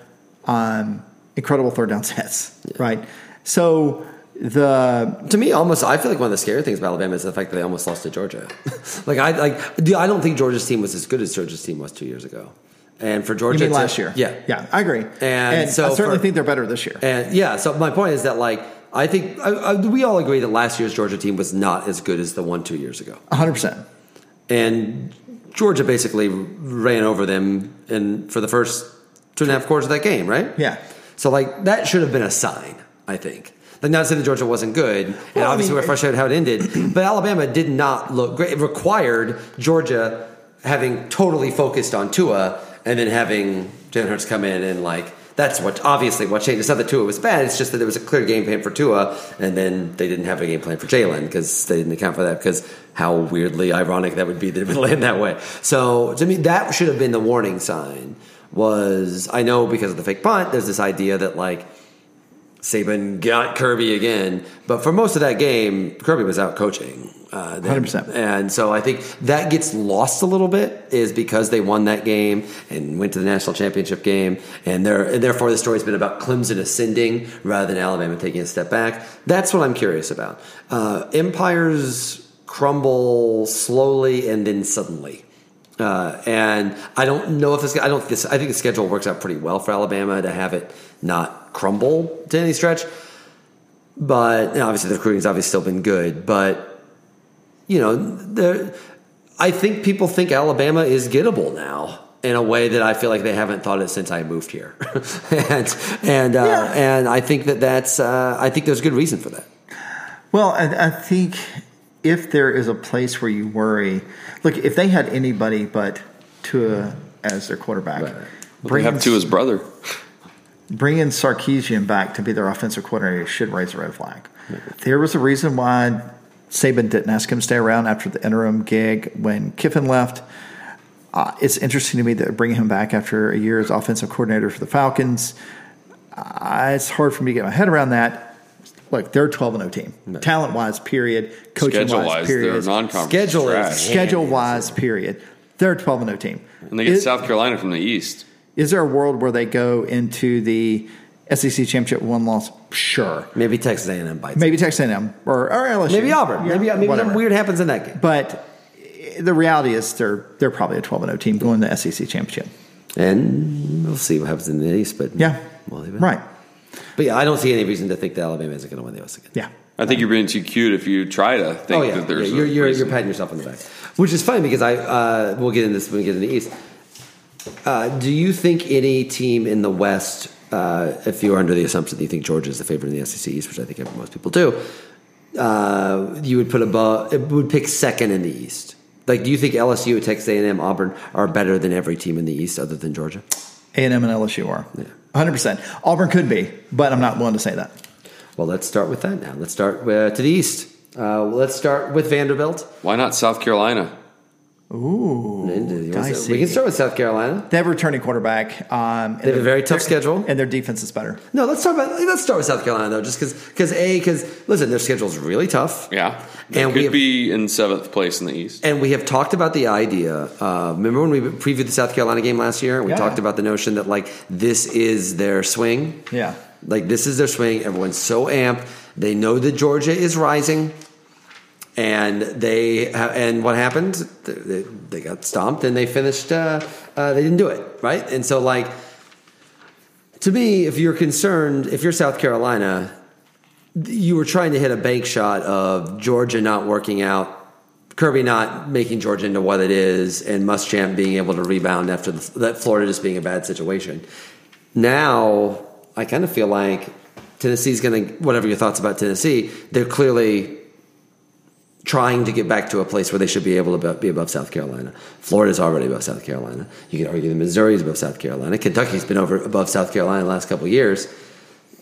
Speaker 3: um, incredible third down sets, right? So the
Speaker 1: To me, almost, I feel like one of the scary things about Alabama is the fact that they almost lost to Georgia. like I like, dude, I don't think Georgia's team was as good as Georgia's team was two years ago. And for
Speaker 3: you
Speaker 1: Georgia,
Speaker 3: mean
Speaker 1: to-
Speaker 3: last year,
Speaker 1: yeah,
Speaker 3: yeah, I agree, and,
Speaker 1: so
Speaker 3: I certainly
Speaker 1: for-
Speaker 3: think they're better this year.
Speaker 1: and yeah. So my point is that like, I think I, I, we all agree that last year's Georgia team was not as good as the one two years ago,
Speaker 3: One hundred percent.
Speaker 1: and Georgia basically ran over them in for the first two and a half quarters of that game, right?
Speaker 3: Yeah.
Speaker 1: So like that should have been a sign, I think. Like not to say that Georgia wasn't good, and
Speaker 3: Well, I
Speaker 1: obviously
Speaker 3: mean,
Speaker 1: we're frustrated how it ended, but Alabama did not look great. It required Georgia having totally focused on Tua and then having Jalen Hurts come in and like that's what obviously what changed. It's not that Tua was bad; it's just that there was a clear game plan for Tua, and then they didn't have a game plan for Jalen because they didn't account for that. Because how weirdly ironic that would be that it would land that way. So to me, that should have been the warning sign. Was I know because of the fake punt? There's this idea that like Saban got Kirby again, but for most of that game, Kirby was out coaching. uh, them.
Speaker 3: 100%.
Speaker 1: And so I think that gets lost a little bit is because they won that game and went to the national championship game, and, there, and therefore the story's been about Clemson ascending rather than Alabama taking a step back. That's what I'm curious about. Uh, empires crumble slowly and then suddenly. Uh, and I don't know if this. I don't. think This. I think the schedule works out pretty well for Alabama to have it not crumble to any stretch. But and obviously, the recruiting's obviously still been good. But you know, there. I think people think Alabama is gettable now in a way that I feel like they haven't thought it since I moved here, and and uh,
Speaker 3: Yeah.
Speaker 1: and I think that that's. Uh, I think there's good reason for that.
Speaker 3: Well, I, I think if there is a place where you worry, look, if they had anybody but Tua as their quarterback,
Speaker 2: We have two his brother.
Speaker 3: bringing Sarkeesian back to be their offensive coordinator should raise a red flag. There was a reason why Saban didn't ask him to stay around after the interim gig when Kiffin left. Uh, it's interesting to me that bringing him back after a year as offensive coordinator for the Falcons. Uh, it's hard for me to get my head around that. Look, they're a 12 0 team, talent wise, period. Coaching
Speaker 2: Schedule
Speaker 3: wise,
Speaker 2: wise, they're
Speaker 3: period.
Speaker 2: non conference.
Speaker 1: Schedule is-
Speaker 3: Schedule wise, period. They're a 12 0 team.
Speaker 2: And they get
Speaker 3: It-
Speaker 2: South Carolina from the East.
Speaker 3: is there a world where they go into the SEC championship one loss? Sure.
Speaker 1: Maybe Texas A&M bites.
Speaker 3: Maybe Texas A&M or, or LSU.
Speaker 1: Maybe Auburn.
Speaker 3: Yeah,
Speaker 1: maybe maybe
Speaker 3: whatever.
Speaker 1: something weird happens in that game.
Speaker 3: But the reality is they're they're probably a 12 and 0 team going to the SEC championship.
Speaker 1: And we'll see what happens in the East, but
Speaker 3: Yeah.
Speaker 1: we'll leave it.
Speaker 3: Right.
Speaker 1: But yeah, I don't see any reason to think that Alabama isn't going to win the US again.
Speaker 3: Yeah.
Speaker 2: I think you're being too cute if you try to think
Speaker 1: oh yeah,
Speaker 2: that there's
Speaker 1: yeah you're,
Speaker 2: a
Speaker 1: you're,
Speaker 2: reason.
Speaker 1: you're patting yourself on the back, which is funny because I uh, we'll get into this when we get into the East. Uh, do you think any team in the E West, uh, if you are under the assumption that you think Georgia is the favorite in the SEC East, which I think most people do, uh, you would put above it would pick second in the East? Like, do you think LSU, Texas A&M, Auburn are better than every team in the East other than Georgia?
Speaker 3: A&M and LSU are. 100%. Auburn could be, but I'm not willing to say that.
Speaker 1: Well, let's start with that now. Let's start uh, to the East. Uh, let's start with Vanderbilt.
Speaker 2: Why not South Carolina?
Speaker 3: Ooh.
Speaker 1: we can start with South Carolina.
Speaker 3: They have a returning quarterback. Um,
Speaker 1: They have a very tough schedule.
Speaker 3: And their defense is better.
Speaker 1: No, let's talk about let's start with South Carolina though, just because because a because listen, their schedule's really tough.
Speaker 2: Yeah, they
Speaker 1: and
Speaker 2: could
Speaker 1: we have,
Speaker 2: be in seventh place in the East.
Speaker 1: and we have talked about the idea. Uh, remember when we previewed the South Carolina game last year? We
Speaker 3: Yeah.
Speaker 1: talked about the notion that like this is their swing.
Speaker 3: Yeah.
Speaker 1: Like this is their swing. Everyone's so amped. They know that Georgia is rising, and they ha- and what happened? They, they- they got stomped, and they finished. Uh, uh, they didn't do it right, and so like to me, if you're concerned, if you're South Carolina, you were trying to hit a bank shot of Georgia not working out. Kirby not making Georgia into what it is, and Muschamp being able to rebound after the, that Florida just being a bad situation now I kind of feel like Tennessee's going to whatever your thoughts about Tennessee, they're clearly trying to get back to a place where they should be able to be above South Carolina. Florida's already above South Carolina. You could argue that Missouri's above South Carolina. Kentucky's been over above South Carolina the last couple of years.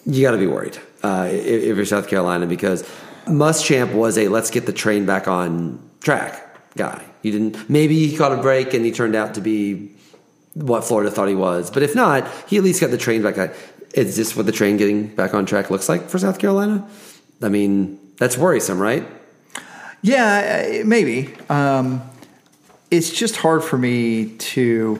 Speaker 1: You got to be worried uh, if, if you're South Carolina because Muschamp was a let's get the train back on track guy. You didn't maybe he caught a break and he turned out to be what Florida thought he was. But if not, he at least got the train back. on- Is this what the train getting back on track looks like for South Carolina? I mean, that's worrisome, right?
Speaker 3: Yeah, uh, maybe. Um, it's just hard for me to.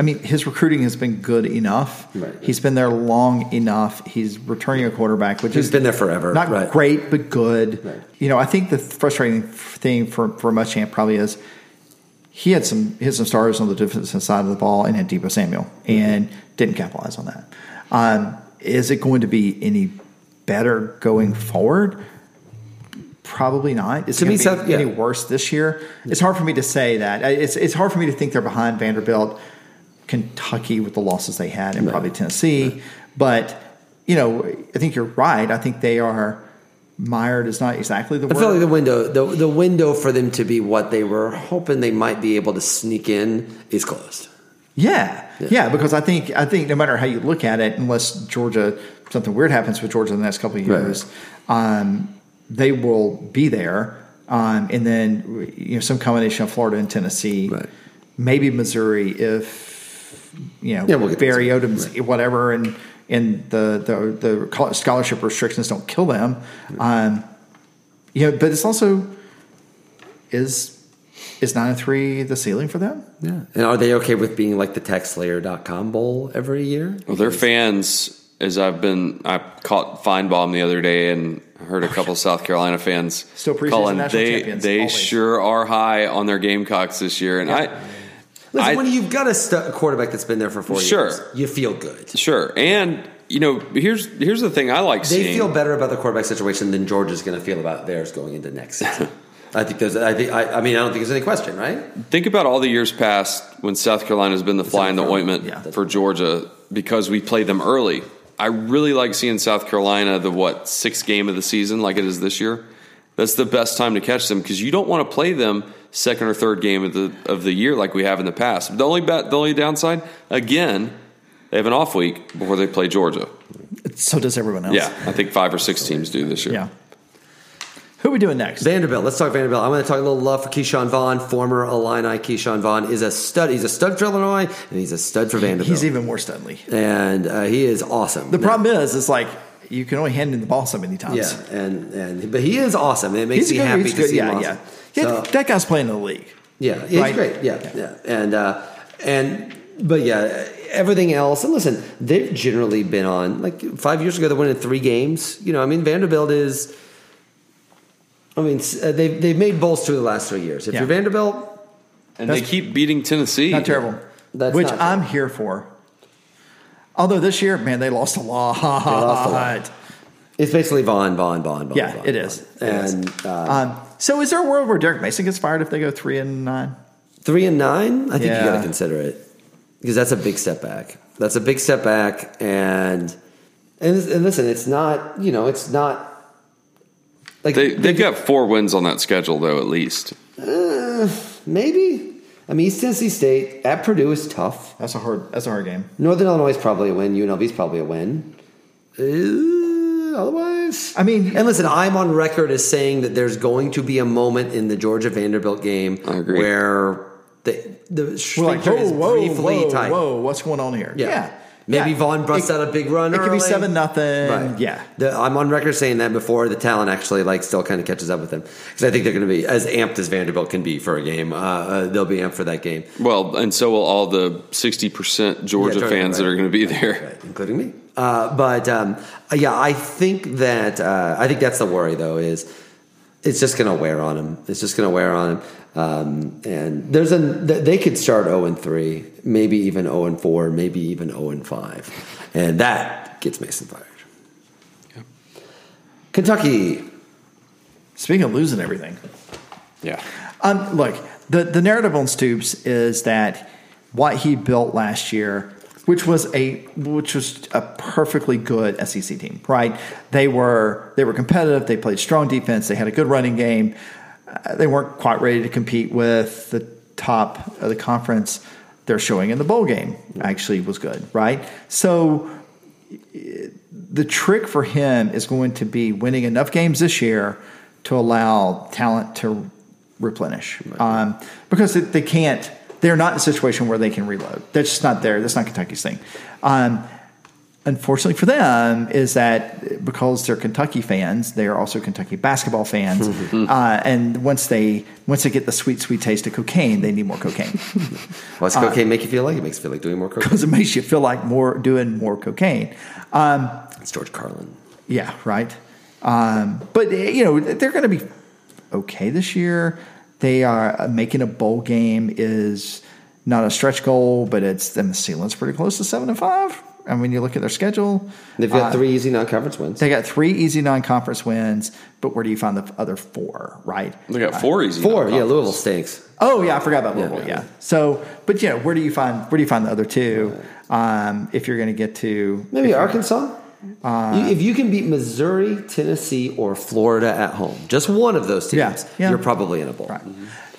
Speaker 3: I mean, his recruiting has been good enough.
Speaker 1: Right.
Speaker 3: He's been there long enough. He's returning a quarterback, which
Speaker 1: He's
Speaker 3: is
Speaker 1: been there forever,
Speaker 3: Not
Speaker 1: right.
Speaker 3: great, but good.
Speaker 1: Right.
Speaker 3: You know, I think the frustrating thing for for Muschamp probably is he had some he had some stars on the defensive side of the ball and had Debo Samuel
Speaker 1: Mm-hmm.
Speaker 3: and didn't capitalize on that. Um, is it going to be any better going forward? Probably not. Is
Speaker 1: To
Speaker 3: it
Speaker 1: me,
Speaker 3: going to
Speaker 1: South-
Speaker 3: be
Speaker 1: yeah.
Speaker 3: any worse this year? It's hard for me to say that. I- It's it's hard for me to think they're behind Vanderbilt, Kentucky with the losses they had, and probably Tennessee. But you know, I think you're right. I think they are mired is not exactly the
Speaker 1: I
Speaker 3: word.
Speaker 1: feel like the window, the, the window for them to be what they were hoping they might be able to sneak in is closed.
Speaker 3: Yeah. yeah, because I think I think no matter how you look at it, unless Georgia something weird happens with Georgia in the next couple of
Speaker 1: Right.
Speaker 3: years, um, they will be there. Um, and then you know some combination of Florida and Tennessee,
Speaker 1: Right.
Speaker 3: maybe Missouri if you know
Speaker 1: Yeah, we'll get to
Speaker 3: Barry
Speaker 1: Missouri.
Speaker 3: Odom's whatever, and and the the the col- scholarship restrictions don't kill them. Um, you know, but it's also is is nine and three the ceiling for them?
Speaker 1: Yeah. And are they okay with being like the TechSlayer.com bowl every year?
Speaker 2: Well, their fans, as I've been, I caught Feinbaum the other day and heard a couple South Carolina fans
Speaker 3: Still preseason
Speaker 2: calling.
Speaker 3: national
Speaker 2: they
Speaker 3: champions,
Speaker 2: they
Speaker 3: always.
Speaker 2: sure are high on their Gamecocks this year, and
Speaker 1: Listen,
Speaker 2: I-
Speaker 1: when you've got a stu- quarterback that's been there for four
Speaker 2: Sure.
Speaker 1: years, you feel good.
Speaker 2: I sure and you know here's here's the thing I like
Speaker 1: They
Speaker 2: seeing.
Speaker 1: feel better about the quarterback situation than Georgia's going to feel about theirs going into next season. I think there's. I think. I, I mean, I don't think there's any question, right?
Speaker 2: Think about all the years past when South Carolina's been the fly in the
Speaker 1: problem.
Speaker 2: ointment
Speaker 3: Yeah.
Speaker 2: for Georgia because we played them early. I really like seeing South Carolina the what sixth game of the season like it is this year. That's the best time to catch them because you don't want to play them second or third game of the of the year like we have in the past. But the only ba- the only downside again, they have an off week before they play Georgia.
Speaker 3: So does everyone else.
Speaker 2: Yeah, I think five or six teams do this year.
Speaker 3: Yeah. Who are we doing next?
Speaker 1: Vanderbilt. Let's talk Vanderbilt. I want to talk a little love for Keyshawn Vaughn, former Illini. Keyshawn Vaughn is a stud. He's a stud for Illinois, and he's a stud for Vanderbilt.
Speaker 3: He's even more studly.
Speaker 1: and uh, he is awesome.
Speaker 3: The problem is, it's like you can only hand him the ball so many times.
Speaker 1: yeah, and and but he is awesome. It makes
Speaker 3: He's
Speaker 1: me
Speaker 3: good.
Speaker 1: happy
Speaker 3: He's
Speaker 1: to
Speaker 3: good.
Speaker 1: see him.
Speaker 3: Yeah,
Speaker 1: awesome.
Speaker 3: yeah. yeah
Speaker 1: So-
Speaker 3: that guy's playing in the league.
Speaker 1: Yeah, it's
Speaker 3: Right?
Speaker 1: great. Yeah,
Speaker 3: Yeah.
Speaker 1: yeah, and uh, and but yeah, everything else. And listen, they've generally been on like five years ago. They went in three games. You know, I mean, Vanderbilt is. I mean, s- uh, they've they've made bowls through the last three years. If
Speaker 3: Yeah.
Speaker 1: you're Vanderbilt,
Speaker 2: And
Speaker 3: That's-
Speaker 2: they keep beating Tennessee.
Speaker 3: Not terrible.
Speaker 1: That's
Speaker 3: Which
Speaker 1: not
Speaker 3: I'm here for. Although this year, man, they lost a lot.
Speaker 1: lost a lot. it's basically Vaughn, Vaughn, Vaughn, Vaughn.
Speaker 3: Yeah,
Speaker 1: Vaughn,
Speaker 3: it is.
Speaker 1: Vaughn.
Speaker 3: It is.
Speaker 1: and Uh,
Speaker 3: Um, so is there a world where Derek Mason gets fired if they go three and nine?
Speaker 1: three and nine, I think you got to
Speaker 3: Yeah.
Speaker 1: consider it because that's a big step back. That's a big step back, and and, and listen, it's not you know, it's not Like
Speaker 2: They, they've got four wins on that schedule, though, at least.
Speaker 1: uh, maybe. I mean, East Tennessee State at Purdue is tough.
Speaker 3: That's a hard. That's a hard game.
Speaker 1: Northern Illinois is probably a win. UNLV is probably a win. Uh, otherwise,
Speaker 3: I mean-
Speaker 1: and listen, I'm on record as saying that there's going to be a moment in the Georgia Vanderbilt game
Speaker 2: I agree.
Speaker 1: where the the
Speaker 3: We're
Speaker 1: string
Speaker 3: like, whoa,
Speaker 1: is
Speaker 3: whoa,
Speaker 1: briefly
Speaker 3: whoa,
Speaker 1: tight.
Speaker 3: whoa, what's going on here?
Speaker 1: Yeah. Maybe Vaughn busts
Speaker 3: It-
Speaker 1: out a big run.
Speaker 3: It could
Speaker 1: early.
Speaker 3: be seven nothing.
Speaker 1: Right.
Speaker 3: Yeah.
Speaker 1: The, I'm on record saying that before the talent actually like still kind of catches up with them because I think they're going to be as amped as Vanderbilt can be for a game. Uh, uh, they'll be amped for that game,
Speaker 2: Well, and so will all the 60% Georgia
Speaker 1: Yeah,
Speaker 2: fans that
Speaker 1: right.
Speaker 2: are going to be there.
Speaker 1: right, including me. Uh, but um, yeah, I think that uh, I think that's the worry though is it's just going to wear on them. It's just going to wear on them. Um, and there's a th- they could start zero and three, maybe even zero and four, maybe even zero and five, and that gets Mason fired. Kentucky.
Speaker 3: Speaking of losing everything,
Speaker 2: Yeah.
Speaker 3: um, look the the narrative on Stoops is that what he built last year, which was a which was a perfectly good SEC team, right? They were they were competitive. They played strong defense. They had a good running game. Uh, they weren't quite ready to compete with the top of the conference. They're showing in the bowl game actually was good, right? So the trick for him is going to be winning enough games this year to allow talent to replenish um, because they- they can't they're not in a situation where they can reload that's just not there that's not kentucky's thing um, unfortunately for them is that because they're kentucky fans they are also kentucky basketball fans uh, and once they once they get the sweet sweet taste of cocaine they need more cocaine
Speaker 1: What's cocaine make you feel like? It makes you feel like doing more cocaine.
Speaker 3: because it makes you feel like more doing more cocaine
Speaker 1: It's George Carlin.
Speaker 3: Yeah, right. Um, but eh, you know they're going to be okay this year. They are uh, making a bowl game is not a stretch goal, but it's and the ceiling's pretty close to seven and five. And when you look at their schedule,
Speaker 1: They've got
Speaker 3: uh,
Speaker 1: three easy non-conference wins.
Speaker 3: They got three easy non-conference wins, but where do you find the other four? Right?
Speaker 2: They got four easy.
Speaker 1: Four, yeah.
Speaker 2: knockouts.
Speaker 1: Louisville stinks.
Speaker 3: Oh yeah, I forgot about Louisville.
Speaker 1: yeah.
Speaker 3: Yeah. So, but you know, where do you find where do you find the other two? Um, if you're going to get to
Speaker 1: Maybe Arkansas.
Speaker 3: Uh,
Speaker 1: You- if you can beat Missouri, Tennessee, or Florida at home, just one of those teams,
Speaker 3: Yeah, yeah.
Speaker 1: you're probably in a bowl.
Speaker 3: Right.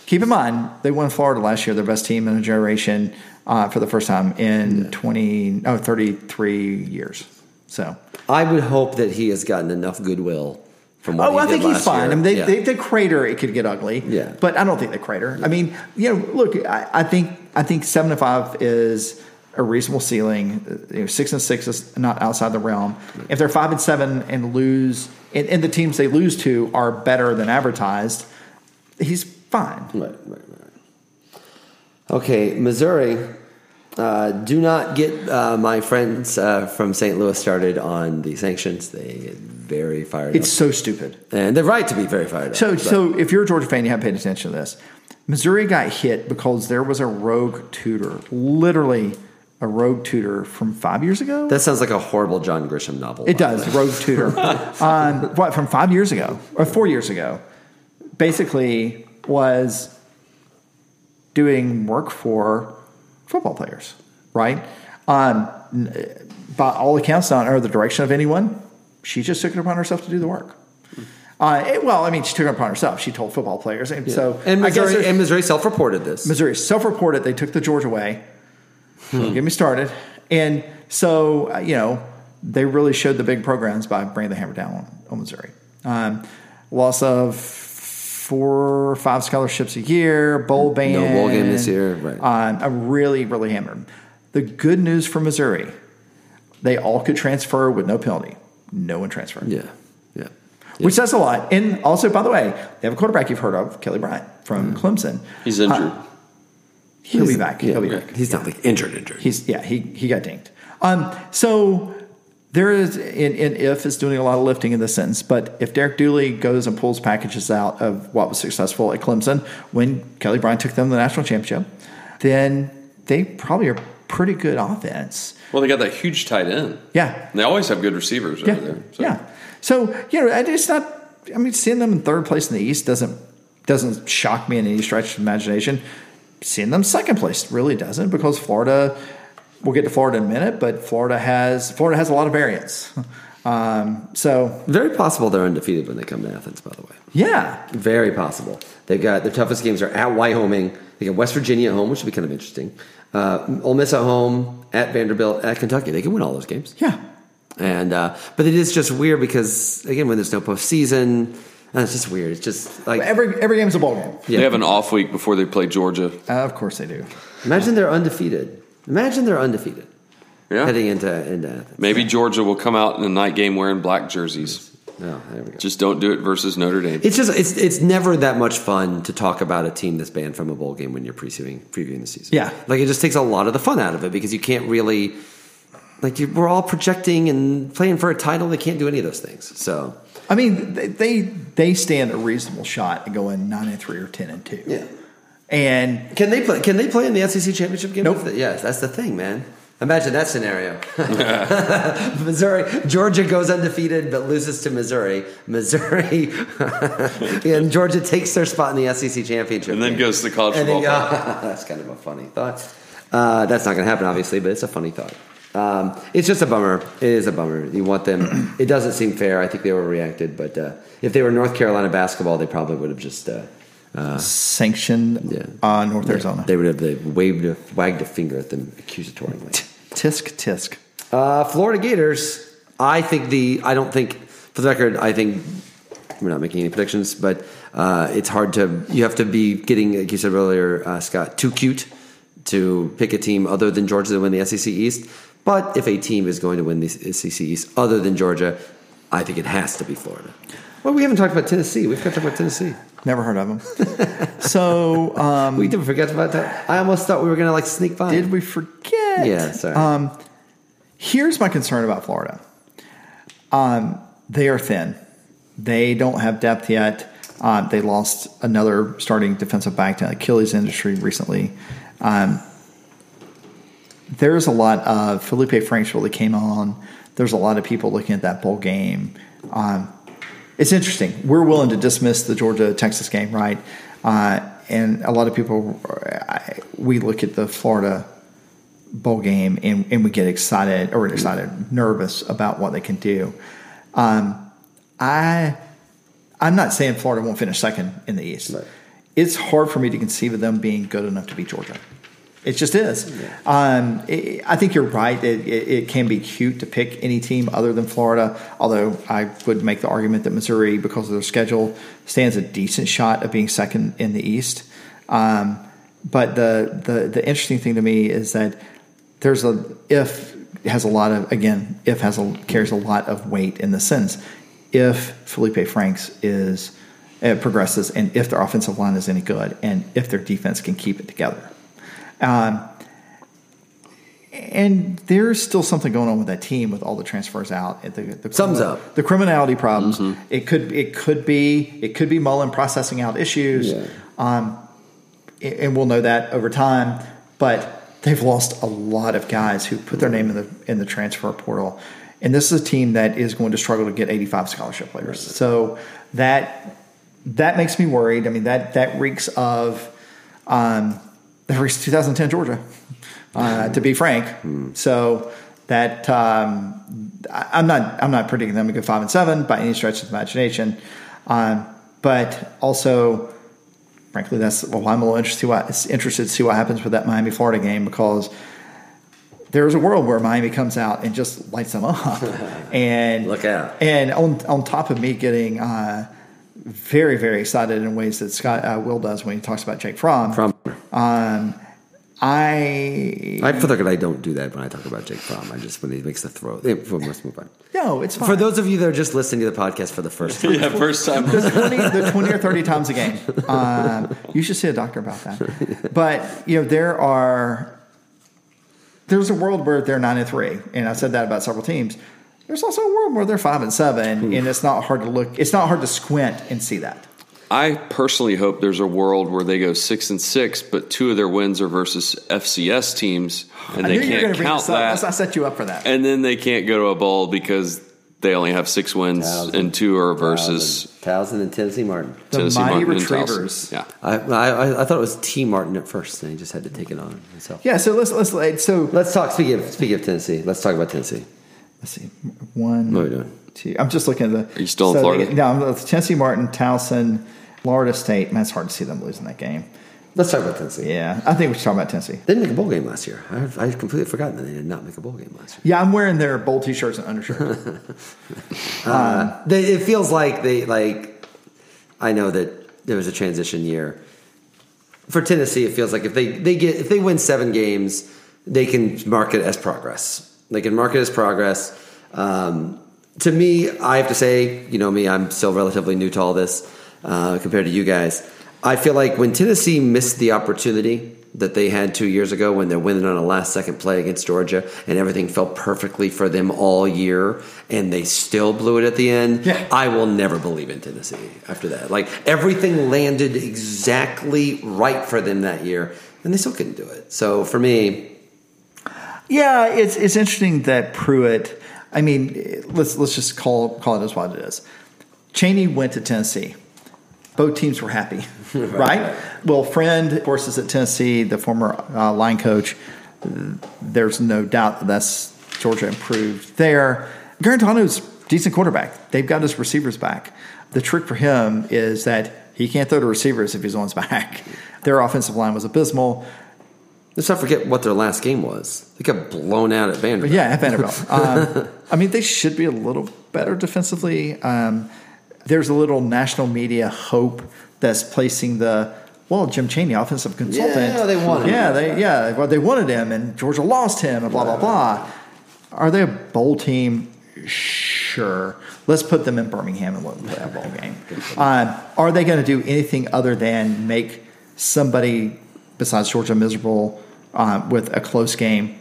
Speaker 3: Keep in mind, they won Florida last year, their best team in a generation uh, for the first time in 20, oh, 33 years. So,
Speaker 1: I would hope that he has gotten enough goodwill from. What
Speaker 3: oh,
Speaker 1: he
Speaker 3: I
Speaker 1: did
Speaker 3: think he's
Speaker 1: last
Speaker 3: fine.
Speaker 1: year.
Speaker 3: I mean, they,
Speaker 1: Yeah.
Speaker 3: they, they crater, it could get ugly.
Speaker 1: Yeah.
Speaker 3: But I don't think they crater. I mean, you know, look, I, I think I think seven to five is a reasonable ceiling. Uh, You know, six and six is not outside the realm. If they're five and seven and lose, and, and the teams they lose to are better than advertised, he's fine.
Speaker 1: Right, right, right. Okay, Missouri. Uh, do not get uh, my friends uh, from St. Louis started on the sanctions. They get very fired
Speaker 3: It's so stupid.
Speaker 1: up, and they're right to be very fired
Speaker 3: So,
Speaker 1: up. but-
Speaker 3: so if you're a Georgia fan, you haven't paid attention to this. Missouri got hit because there was a rogue tutor, literally a rogue tutor from five years ago.
Speaker 1: That sounds like a horrible John Grisham novel.
Speaker 3: it does rogue tutor. um, what from five years ago or four years ago? Basically, was doing work for football players, right? Um, n- by all accounts, not under the direction of anyone. She just took it upon herself to do the work.
Speaker 1: Hmm.
Speaker 3: Uh, it- well, I mean, she took it upon herself. She told football players, and so
Speaker 1: And
Speaker 3: I guess
Speaker 1: Missouri,
Speaker 3: there's-
Speaker 1: and Missouri self-reported this.
Speaker 3: Missouri self-reported they took the Georgia way.
Speaker 1: Hmm.
Speaker 3: Don't get me started. And so uh, you know they really showed the big programs by bringing the hammer down on, on Missouri. Um, loss of four or five scholarships a year, bowl ban,
Speaker 1: No bowl game this year, right.
Speaker 3: Um, I really really hammered. 'em. The good news for Missouri, they all could transfer with no penalty. No one transferred
Speaker 1: Yeah, yeah.
Speaker 3: which says a lot. And also, by the way, they have a quarterback you've heard of, Kelly Bryant from Clemson.
Speaker 2: He's injured.
Speaker 3: he'll be
Speaker 1: Hmm. He's-
Speaker 3: back.
Speaker 1: yeah,
Speaker 3: he'll be
Speaker 1: right.
Speaker 3: back.
Speaker 1: He's not like injured, injured.
Speaker 3: He's yeah. He he got dinged. Um. So there is and, and if is doing a lot of lifting in this sentence, but if Derek Dooley goes and pulls packages out of what was successful at Clemson when Kelly Bryant took them to the national championship, then they probably are pretty good offense.
Speaker 2: Well, they got that huge tight end.
Speaker 3: Yeah.
Speaker 2: And they always have good receivers
Speaker 3: Yeah.
Speaker 2: over there. So.
Speaker 3: Yeah. So you know, and it's not. I mean, seeing them in third place in the East doesn't doesn't shock me in any stretch of imagination. Seeing them second place really doesn't because Florida. We'll get to Florida in a minute, but Florida has Florida has a lot of variance. Um, so
Speaker 1: Very possible they're undefeated when they come to Athens. By the way,
Speaker 3: yeah,
Speaker 1: very possible. They've got their toughest games are at Wyoming. They got West Virginia at home, which would be kind of interesting. Uh, Ole Miss at home, at Vanderbilt, at Kentucky. They can win all those games.
Speaker 3: yeah,
Speaker 1: And uh, but it is just weird because again, when there's no postseason, uh, it's just weird. It's just like
Speaker 3: every every game's a bowl game.
Speaker 1: Yeah.
Speaker 2: They have an off week before they play Georgia.
Speaker 3: Uh, of course they do.
Speaker 1: imagine they're undefeated. Imagine they're undefeated
Speaker 2: Yeah.
Speaker 1: heading into into Athens.
Speaker 2: Maybe Georgia will come out in a night game wearing black jerseys.
Speaker 1: No, Oh, there we go.
Speaker 2: Just don't do it versus Notre Dame.
Speaker 1: It's just it's it's never that much fun to talk about a team that's banned from a bowl game when you're previewing previewing the season.
Speaker 3: Yeah.
Speaker 1: like it just takes a lot of the fun out of it because you can't really like you, we're all projecting and playing for a title. They can't do any of those things. So
Speaker 3: I mean, they they, they stand a reasonable shot at going nine and three or ten and two. and
Speaker 1: can they play? Can they play in the SEC championship game?
Speaker 3: Nope.
Speaker 1: Yes, that's the thing, man. Imagine that scenario. Missouri, Georgia goes undefeated but loses to Missouri. Missouri and Georgia takes their spot in the SEC championship,
Speaker 2: and then
Speaker 1: game.
Speaker 2: goes to the college
Speaker 1: And
Speaker 2: football.
Speaker 1: then, yeah, that's kind of a funny thought. Uh, that's not going to happen, obviously, but it's a funny thought. Um, it's just a bummer. It is a bummer. You want them. It doesn't seem fair. I think they overreacted, but uh, if they were North Carolina basketball, they probably would have just. Uh,
Speaker 3: sanctioned
Speaker 1: Yeah.
Speaker 3: uh, North Arizona.
Speaker 1: They would have they waved a, wagged a finger at them accusatorily.
Speaker 3: tisk tisk.
Speaker 1: Uh, Florida Gators. I think the. I don't think. For the record, I think we're not making any predictions, but uh, it's hard to. You have to be getting, like you said earlier, uh, Scott, too cute to pick a team other than Georgia to win the SEC East. But if a team is going to win the SEC East other than Georgia, I think it has to be Florida. Well, we haven't talked about Tennessee. We've got to talk about Tennessee.
Speaker 3: Never heard of them. so um,
Speaker 1: We did forget about that. I almost thought we were going to like sneak by.
Speaker 3: did we forget?
Speaker 1: Yeah, sorry.
Speaker 3: Um, here's my concern about Florida. Um, they are thin. They don't have depth yet. Um, they lost another starting defensive back to Achilles industry recently. Um, there's a lot of Felipe Franks really came on. There's a lot of people looking at that bowl game. Um, it's interesting. We're willing to dismiss the Georgia Texas game, right? Uh, and a lot of people, I, we look at the Florida bowl game and, and we get excited or excited, nervous about what they can do. Um, I I'm not saying Florida won't finish second in the East.
Speaker 1: Right.
Speaker 3: It's hard for me to conceive of them being good enough to beat Georgia. It just is. Um, i I think you're right. It, it, it can be cute to pick any team other than Florida, although I would make the argument that Missouri, because of their schedule, stands a decent shot of being second in the East. Um, but the, the the interesting thing to me is that there's a if has a lot of again if has a carries a lot of weight in the sense if Felipe Franks is uh, progresses and if their offensive line is any good and if their defense can keep it together. Um, and there's still something going on with that team with all the transfers out. at The, the
Speaker 1: Thumbs
Speaker 3: criminal-
Speaker 1: up. Mm-hmm.
Speaker 3: the criminality problems. It could it could be it could be Mullen processing out issues.
Speaker 1: Yeah.
Speaker 3: Um, and and we'll know that over time. But they've lost a lot of guys who put their name in the in the transfer portal, and this is a team that is going to struggle to get 85 scholarship players. So that that makes me worried. I mean that that reeks of um, that reeks 2010 Georgia, uh, to be frank. So that um, I- I'm not I'm not predicting them to go five and seven by any stretch of the imagination, um, but also frankly, that's well, I'm a little interested to, see what, interested to see what happens with that Miami Florida game because there's a world where Miami comes out and just lights them up, and
Speaker 1: Look out.
Speaker 3: And on on top of me getting uh, very very excited in ways that Scott uh, Will does when he talks about Jake Fromm.
Speaker 1: From
Speaker 3: Um, I
Speaker 1: I, for the record, I don't do that when I talk about Jake Fromm. I just when he makes the throw. eh, We must move on.
Speaker 3: no, it's fine.
Speaker 1: For those of you that are just listening to the podcast for the first time,
Speaker 2: Yeah, first time.
Speaker 3: the 20, the 20 or 30 times a game. Um, you should see a doctor about that. But, you know, there are, there's a world where they're nine and three. And I've said that about several teams. There's also a world where they're five and seven.
Speaker 2: Hmm.
Speaker 3: And it's not hard to look, it's not hard to squint and see that.
Speaker 2: I personally hope there's a world where they go six and six, but two of their wins are versus FCS teams, and
Speaker 3: I
Speaker 2: they
Speaker 3: knew you were going
Speaker 2: can't
Speaker 3: to bring
Speaker 2: count
Speaker 3: this up. That's- I
Speaker 2: that.
Speaker 3: set you up for that.
Speaker 2: And then they can't go to a bowl because they only have six wins,
Speaker 1: Thousand.
Speaker 2: and two are versus
Speaker 1: Towson and Tennessee Martin.
Speaker 3: The
Speaker 2: Tennessee
Speaker 3: Mighty
Speaker 2: Martin and Towson.
Speaker 3: Retrievers.
Speaker 2: Yeah,
Speaker 1: I, I, I thought it was T Martin at first, and he just had to take it on himself.
Speaker 3: Yeah, so let's, let's, so
Speaker 1: Let's talk. Speaking of, speaking of Tennessee, let's talk about Tennessee.
Speaker 3: Let's see. One.
Speaker 1: What are we doing?
Speaker 3: two- I'm just looking at the.
Speaker 2: Are you still in Florida?
Speaker 3: no, I'm at Tennessee Martin, Towson, Florida State. Man, it's hard to see them losing that game.
Speaker 1: Let's talk about Tennessee.
Speaker 3: Yeah, I think we should talk about Tennessee.
Speaker 1: They didn't make a bowl game last year. I, I completely forgotten that they did not make a bowl game last year.
Speaker 3: Yeah, I'm wearing their bowl t-shirts and undershirts.
Speaker 1: They, it feels like they like. I know that there was a transition year for Tennessee. It feels like if they they get if they win seven games, they can mark it as progress. They can mark it as progress. Um, to me, I have to say, you know me, I'm still relatively new to all this uh, compared to you guys. I feel like when Tennessee missed the opportunity that they had two years ago when they're winning on a last second play against Georgia and everything fell perfectly for them all year and they still blew it at the end.
Speaker 3: Yeah.
Speaker 1: I will never believe in Tennessee after that. Like everything landed exactly right for them that year and they still couldn't do it. So for me,
Speaker 3: yeah, it's it's interesting that Pruitt. I mean, let's let's just call call it as what it is. Cheney went to Tennessee. Both teams were happy, right? Well, friend, of course, is at Tennessee, the former uh, line coach. There's no doubt that that's Georgia improved there. Garantano's a decent quarterback. They've got his receivers back. The trick for him is that he can't throw to receivers if he's on his back. Their offensive line was abysmal.
Speaker 1: let's not forget what their last game was. They got blown out at Vanderbilt.
Speaker 3: Yeah, at Vanderbilt. um, I mean, they should be a little better defensively. Um, there's a little national media hope that's placing the well, Jim Cheney, offensive consultant.
Speaker 1: Yeah, they wanted
Speaker 3: Yeah,
Speaker 1: him.
Speaker 3: they yeah, well, they wanted him, and Georgia lost him, and blah blah blah. Are they a bowl team? Sure. Let's put them in Birmingham and let them play a bowl game. Um, are they going to do anything other than make somebody besides Georgia miserable um, with a close game?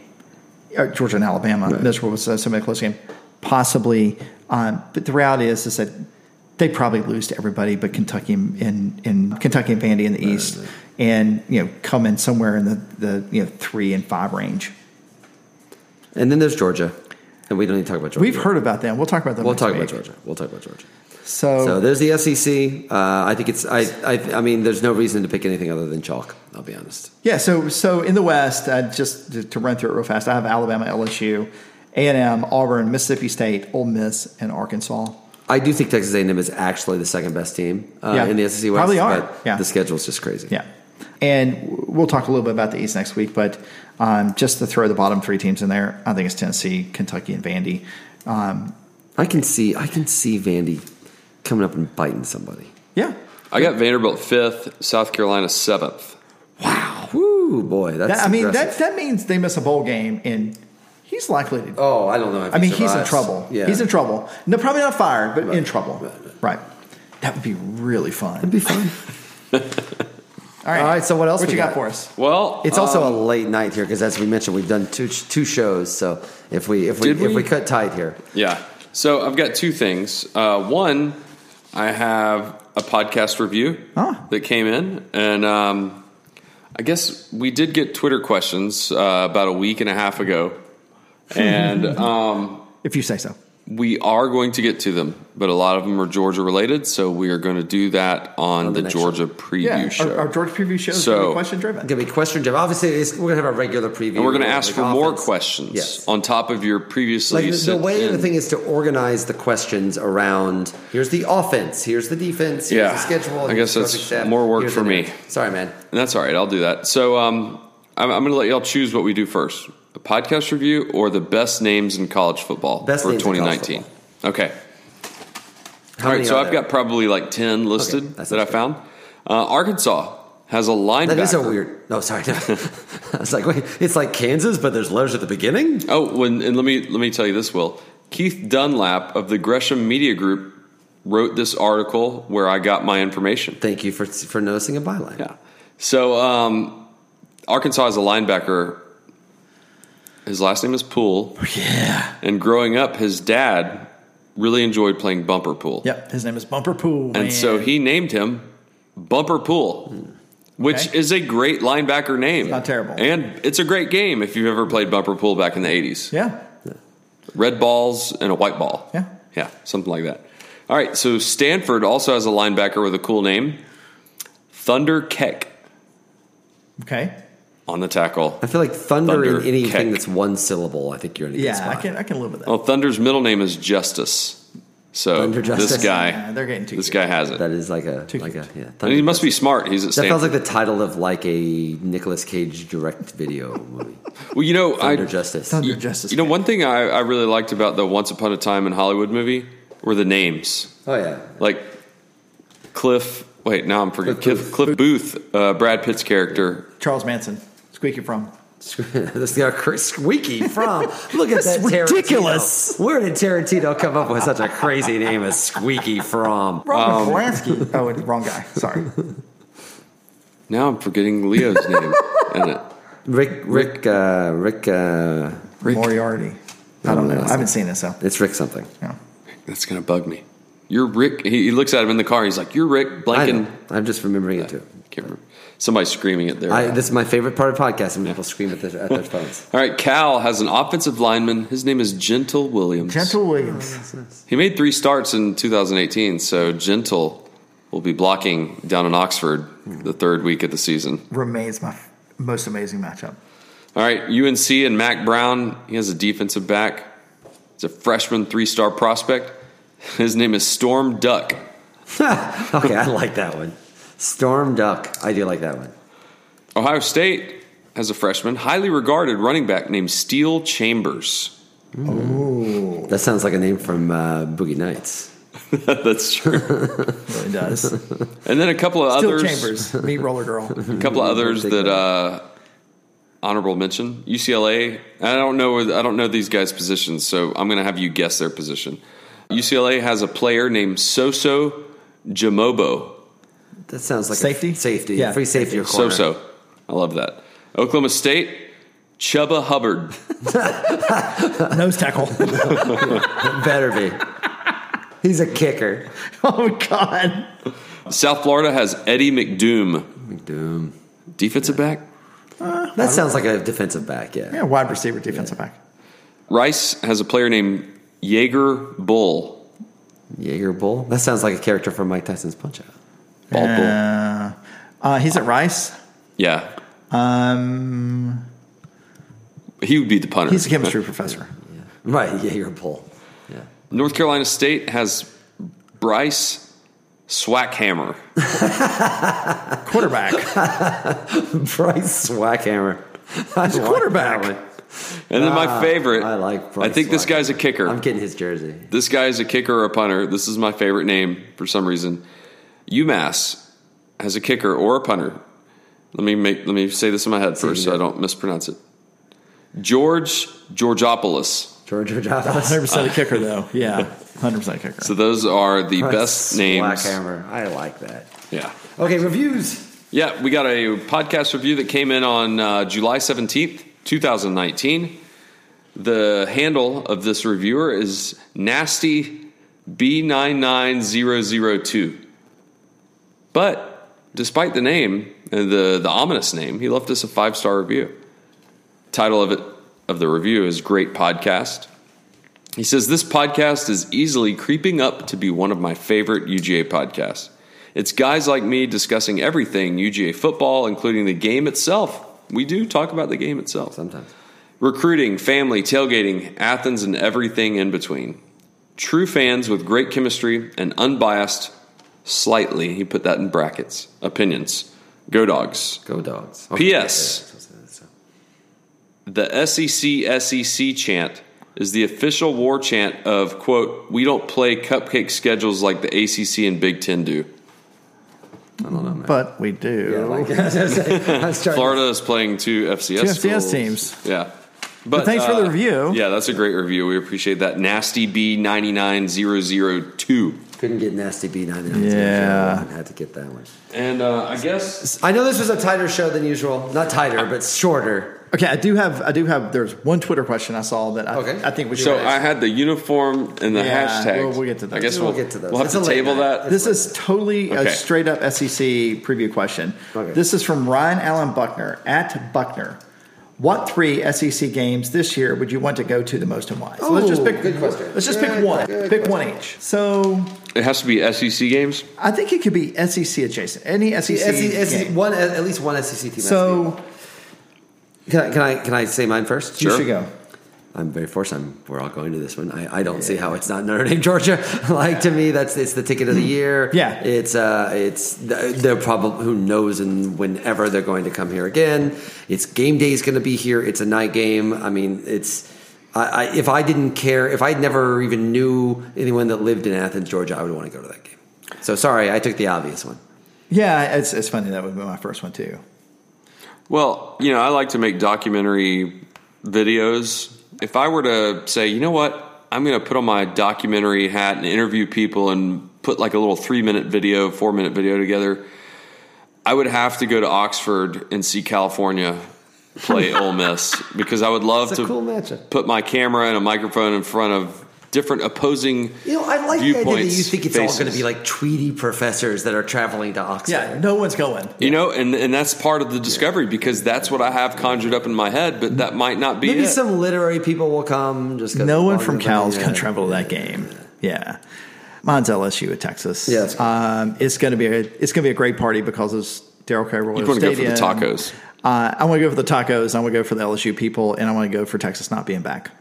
Speaker 3: uh, Georgia and Alabama. That's what was uh, somebody close game, possibly. Um, but the reality is, is that they probably lose to everybody but Kentucky and in Kentucky and Vandy in the East, and you know come in somewhere in the, the you know three and five range.
Speaker 1: And then there's Georgia. And we don't need to talk about Georgia.
Speaker 3: We've heard about them. We'll talk about them. Oh.
Speaker 1: We'll
Speaker 3: next
Speaker 1: talk about
Speaker 3: week.
Speaker 1: Georgia. We'll talk about Georgia.
Speaker 3: So,
Speaker 1: So there's the SEC. Uh, I think it's. I, I. I mean, there's no reason to pick anything other than chalk. I'll be honest.
Speaker 3: yeah, so so in the West, uh, just to, to run through it real fast, I have Alabama, LSU, A and M, Auburn, Mississippi State, Ole Miss, and Arkansas.
Speaker 1: I do think Texas A&M is actually the second best team uh,
Speaker 3: Yeah.
Speaker 1: in the SEC West.
Speaker 3: Probably are.
Speaker 1: But
Speaker 3: Yeah.
Speaker 1: The schedule's just crazy.
Speaker 3: Yeah. And we'll talk a little bit about the East next week, but um, just to throw the bottom three teams in there, I think it's Tennessee, Kentucky, and Vandy. Um,
Speaker 1: I can see. I can see Vandy coming up and biting somebody.
Speaker 3: yeah.
Speaker 2: I got Vanderbilt fifth, South Carolina seventh.
Speaker 1: Wow. Woo, boy. That's.
Speaker 3: That, I mean,
Speaker 1: aggressive.
Speaker 3: that, that means they miss a bowl game, and he's likely to.
Speaker 1: Oh, I don't know. If
Speaker 3: I
Speaker 1: he
Speaker 3: mean, he's in
Speaker 1: survives.
Speaker 3: trouble.
Speaker 1: Yeah.
Speaker 3: He's in trouble. No, probably not fired, but in
Speaker 1: Right.
Speaker 3: trouble.
Speaker 1: Right,
Speaker 3: Right. That would be really fun.
Speaker 1: It'd be fun.
Speaker 3: All right.
Speaker 1: All right, so what else
Speaker 3: What
Speaker 1: we
Speaker 3: you got,
Speaker 1: got?
Speaker 3: for us?
Speaker 2: Well,
Speaker 1: It's
Speaker 2: um,
Speaker 1: also a late night here because, as we mentioned, we've done two two shows. So if we if we,
Speaker 2: Did we?
Speaker 1: if we cut tight here,
Speaker 2: Yeah. So I've got two things. Uh, one, I have a podcast review
Speaker 3: Huh.
Speaker 2: that came in, and um, I guess we did get Twitter questions uh, about a week and a half ago, and um,
Speaker 3: If you say so.
Speaker 2: we are going to get to them, but a lot of them are Georgia related, so we are going to do that on,
Speaker 1: the
Speaker 2: the,
Speaker 1: next
Speaker 2: Georgia preview
Speaker 3: Yeah.
Speaker 2: show.
Speaker 3: Our, our George preview show is
Speaker 2: So-
Speaker 3: really question driven.
Speaker 1: gonna be question driven. Obviously, it's, we're gonna have our regular preview.
Speaker 2: and we're going to
Speaker 1: of
Speaker 2: ask
Speaker 1: the
Speaker 2: for more
Speaker 1: offense.
Speaker 2: questions
Speaker 1: Yes.
Speaker 2: on top of your previously
Speaker 1: Like the, the
Speaker 2: sent
Speaker 1: way the
Speaker 2: in-
Speaker 1: thing is to organize the questions around. Here's the offense. Here's the defense. Here's
Speaker 2: Yeah.
Speaker 1: the schedule.
Speaker 2: I
Speaker 1: here's
Speaker 2: guess
Speaker 1: the
Speaker 2: that's
Speaker 1: coaching staff,
Speaker 2: more work
Speaker 1: here's
Speaker 2: for
Speaker 1: the-
Speaker 2: me.
Speaker 1: Sorry, man.
Speaker 2: And that's all right. I'll do that. So um, I'm, I'm going to let y'all choose what we do first: a podcast review or the best names in college football
Speaker 1: Best
Speaker 2: for
Speaker 1: names in college
Speaker 2: 2019. Okay.
Speaker 1: How
Speaker 2: all right.
Speaker 1: many
Speaker 2: So
Speaker 1: are
Speaker 2: I've
Speaker 1: there?
Speaker 2: got probably like ten listed
Speaker 1: Okay, that sounds
Speaker 2: that I
Speaker 1: good.
Speaker 2: found. Uh, Arkansas has a linebacker.
Speaker 1: That is a weird. No, sorry. No. I was like, wait, it's like Kansas, but there's letters at the beginning.
Speaker 2: Oh, when, and let me let me tell you this, Will. Keith Dunlap of the Gresham Media Group wrote this article where I got my information.
Speaker 1: Thank you for for noticing a byline.
Speaker 2: Yeah. So um, Arkansas is a linebacker. His last name is Poole.
Speaker 3: Yeah.
Speaker 2: And growing up, his dad really enjoyed playing bumper pool.
Speaker 3: Yep. His name is Bumper Pool.
Speaker 2: And so he named him Bumper Pool, which
Speaker 3: Hmm. Okay.
Speaker 2: is a great linebacker name.
Speaker 3: not terrible.
Speaker 2: And it's a great game if you've ever played bumper pool back in the 80s.
Speaker 3: Yeah.
Speaker 2: Red balls and a white ball.
Speaker 3: Yeah.
Speaker 2: Yeah, something like that. All right, so Stanford also has a linebacker with a cool name Thunder Keck.
Speaker 3: Okay.
Speaker 2: on the tackle.
Speaker 1: I feel like thunder,
Speaker 2: Thunder,
Speaker 1: in anything
Speaker 2: kick.
Speaker 1: that's one syllable. I think you're in a good
Speaker 3: Yeah,
Speaker 1: spot.
Speaker 3: I can I can live with that.
Speaker 2: Well, Oh, Thunder's middle name is Justice, so
Speaker 1: Thunder Justice.
Speaker 2: this guy,
Speaker 3: Yeah, they're getting too
Speaker 2: this
Speaker 3: good.
Speaker 2: guy has it,
Speaker 1: That is like a
Speaker 3: Two
Speaker 1: like a
Speaker 3: kids.
Speaker 1: yeah.
Speaker 2: and he must be smart. He's at
Speaker 1: That feels
Speaker 2: Stanford.
Speaker 1: like the title of like a Nicolas Cage direct video movie.
Speaker 2: well, you know, I
Speaker 1: Thunder Justice.
Speaker 3: Thunder Justice.
Speaker 2: you know one thing I, I really liked about the Once Upon a Time in Hollywood movie were the names.
Speaker 1: Oh yeah.
Speaker 2: like Cliff. Wait, now I'm forgetting Cliff, Cliff Booth, uh, Brad Pitt's character.
Speaker 3: Charles Manson. Squeaky from.
Speaker 1: this guy Chris Squeaky from. Look at that! Tarantino.
Speaker 3: ridiculous.
Speaker 1: Where did Tarantino come up with such a crazy name as Squeaky from?
Speaker 2: Um,
Speaker 3: Robert Polanski. Oh, wait, wrong guy. Sorry.
Speaker 2: Now I'm forgetting Leo's name in it.
Speaker 1: Rick Rick uh, Rick. Uh,
Speaker 3: Moriarty. I don't know. I haven't seen it, so.
Speaker 1: it's Rick something.
Speaker 3: No.
Speaker 2: That's gonna bug me. You're Rick. He, he looks at him in the car. He's like, "You're Rick."
Speaker 1: I
Speaker 2: Blanken.
Speaker 1: know. I'm just remembering it too.
Speaker 2: Can't remember. Somebody screaming at their.
Speaker 1: I, this is my favorite part of podcasting. when People scream at their, at their phones.
Speaker 2: All right, Cal has an offensive lineman. His name is Gentle Williams.
Speaker 3: Gentle Williams.
Speaker 2: He made three starts in 2018, so Gentle will be blocking down in Oxford the third week of the season.
Speaker 3: Remains my f- most amazing matchup.
Speaker 2: All right, UNC and Mac Brown. He has a defensive back. He's a freshman three star prospect. His name is Storm Duck.
Speaker 1: okay, I like that one. Storm Duck. I do like that one.
Speaker 2: Ohio State has a freshman, highly regarded running back named Steel Chambers.
Speaker 1: That sounds like a name from uh, Boogie Nights.
Speaker 2: That's true.
Speaker 3: Really does. Still
Speaker 2: And then a couple of others.
Speaker 3: Chambers. Meet Roller Girl.
Speaker 2: A couple of others that uh, honorable mention. UCLA. I don't know. I don't know these guys' positions, so I'm going to have you guess their position. UCLA has a player named Soso Jamobo.
Speaker 1: That sounds like
Speaker 3: Safety?
Speaker 1: A safety.
Speaker 3: Yeah.
Speaker 1: Free safety or
Speaker 2: So
Speaker 1: corner.
Speaker 2: so. I love that. Oklahoma State, Chuba Hubbard.
Speaker 3: Nose tackle.
Speaker 1: Better be. He's a kicker.
Speaker 3: oh, God.
Speaker 2: South Florida has Eddie McDoom.
Speaker 1: McDoom.
Speaker 2: Defensive back?
Speaker 1: That sounds like a defensive back, yeah.
Speaker 3: Yeah, wide receiver, defensive back.
Speaker 2: Rice has a player named Jaeger Bull.
Speaker 1: Jaeger Bull. That sounds like a character from Mike Tyson's Punch Out.
Speaker 2: Bald Bull.
Speaker 3: Uh, uh, he's at Rice.
Speaker 2: Yeah.
Speaker 3: Um,
Speaker 2: He would be the punter.
Speaker 3: he's a chemistry professor.
Speaker 1: Right, Jaeger Bull. Yeah.
Speaker 2: North Carolina State has Bryce Swackhammer.
Speaker 3: Quarterback.
Speaker 1: Bryce Swackhammer. He's
Speaker 3: quarterback.
Speaker 2: And then my favorite.
Speaker 1: Ah, I like
Speaker 2: I
Speaker 1: Bryce
Speaker 2: think this
Speaker 1: Swackhammer.
Speaker 2: guy's a kicker.
Speaker 1: I'm getting his jersey.
Speaker 2: This guy is a kicker or a punter. This is my favorite name for some reason. UMass has a kicker or a punter. Let me make let me say this in my head first so I don't mispronounce it. George Georgopoulos.
Speaker 1: George Rodriguez.
Speaker 3: 100% a kicker, though. Yeah, 100% a kicker.
Speaker 2: So those are the best names.
Speaker 1: Swackhammer. I like that.
Speaker 2: Yeah.
Speaker 1: Okay, reviews.
Speaker 2: Yeah, we got a podcast review that came in on uh, July 17th, 2019. The handle of this reviewer is nasty B99002. But despite the name, uh, the, the ominous name, he left us a five star review. Title of it of the review is Great Podcast. He says, This podcast is easily creeping up to be one of my favorite UGA podcasts. It's guys like me discussing everything UGA football, including the game itself. We do talk about the game itself
Speaker 1: Sometimes.
Speaker 2: recruiting, family, tailgating, Athens, and everything in between. True fans with great chemistry and unbiased, slightly, he put that in brackets, opinions. Go dogs.
Speaker 1: Go dogs.
Speaker 2: P.S. The E SEC SEC chant is the official war chant of, quote, we don't play cupcake schedules like the ACC and Big Ten do.
Speaker 3: but we do.
Speaker 1: Yeah, like, I was like- I was trying to-
Speaker 2: Florida is playing two FCS,
Speaker 3: Two FCS
Speaker 2: schools.
Speaker 3: teams.
Speaker 2: Yeah. uh,
Speaker 3: But thanks for the review.
Speaker 2: Yeah, that's a great review. We appreciate that. Nasty B ninety nine zero zero two.
Speaker 1: Couldn't get nasty B nine. Yeah,
Speaker 3: Yeah.
Speaker 1: I had to get that one.
Speaker 2: And uh, I guess
Speaker 1: I know this was a tighter show than usual. Not tighter, but shorter.
Speaker 3: Okay, I do have I do have there's one Twitter question I saw that I,
Speaker 1: Okay.
Speaker 3: I think we should
Speaker 2: so.
Speaker 3: raise.
Speaker 2: I had the uniform and the
Speaker 3: Yeah,
Speaker 2: hashtag.
Speaker 3: we'll- we'll get to those.
Speaker 2: I guess
Speaker 1: We'll
Speaker 2: we'll,
Speaker 1: get to those.
Speaker 2: We'll have
Speaker 1: It's a
Speaker 2: to
Speaker 1: late
Speaker 2: table
Speaker 1: night.
Speaker 2: that.
Speaker 3: this is totally
Speaker 2: Okay.
Speaker 3: a straight up SEC preview question.
Speaker 1: Okay.
Speaker 3: This is from Ryan Allen Buckner at Buckner. What three SEC games this year would you want to go to the most and why? So let's just
Speaker 1: Ooh,
Speaker 3: pick.
Speaker 1: good question.
Speaker 3: Let's just
Speaker 1: Good,
Speaker 3: pick one.
Speaker 1: good
Speaker 3: Pick one each. So
Speaker 2: it has to be SEC games.
Speaker 3: I think it
Speaker 1: E
Speaker 3: could be SEC E adjacent. Any SEC,
Speaker 1: SEC,
Speaker 3: game.
Speaker 1: one, at least one SEC team. has to
Speaker 3: So
Speaker 1: Can I, can I can I say mine first?
Speaker 3: You should go.
Speaker 1: I'm very forced. I'm we're all going to this one. I, I don't see how it's not Notre Dame Georgia. like to me, that's it's the ticket of the year.
Speaker 3: Yeah.
Speaker 1: it's uh, it's they're probably who knows and whenever they're going to come here again. It's game day is going to be here. It's a night game. I mean, it's. I, I, if I didn't care, if I never even knew anyone that lived in Athens, Georgia, I would want to go to that game. So sorry, I took the obvious one.
Speaker 3: Yeah, it's it's funny that would be my first one too.
Speaker 2: Well, you know, I like to make documentary videos. If I were to say, you know what, I'm going to put on my documentary hat and interview people and put like a little three minute video, four minute video together, I would have to go to Oxford and see California play Ole Miss because I would love
Speaker 1: It's
Speaker 2: to
Speaker 1: a cool matchup.
Speaker 2: put my camera and a microphone in front of different opposing.
Speaker 1: You know, I like the idea that
Speaker 2: viewpoints,
Speaker 1: you think it's all going to
Speaker 2: faces.
Speaker 1: be like treaty professors that are traveling to Oxford.
Speaker 3: Yeah, no one's going.
Speaker 2: You know, and, and that's part of the discovery because that's what I have conjured up in my head, but that might not be
Speaker 1: Maybe
Speaker 2: it.
Speaker 1: some literary people will come. Just 'cause
Speaker 3: No
Speaker 1: of
Speaker 3: one
Speaker 1: all
Speaker 3: from
Speaker 1: the-
Speaker 3: Cal's
Speaker 1: yeah.
Speaker 3: gonna travel to that game. Yeah. Mine's LSU at Texas.
Speaker 1: Yeah, that's cool.
Speaker 3: um, it's gonna be a it's gonna be a great party because it's Daryl K. Royal
Speaker 2: You wanna go for the
Speaker 3: Stadium.
Speaker 2: tacos.
Speaker 3: Uh, I want to go for the tacos. I want to go for the LSU people, and I want to go for Texas not being back.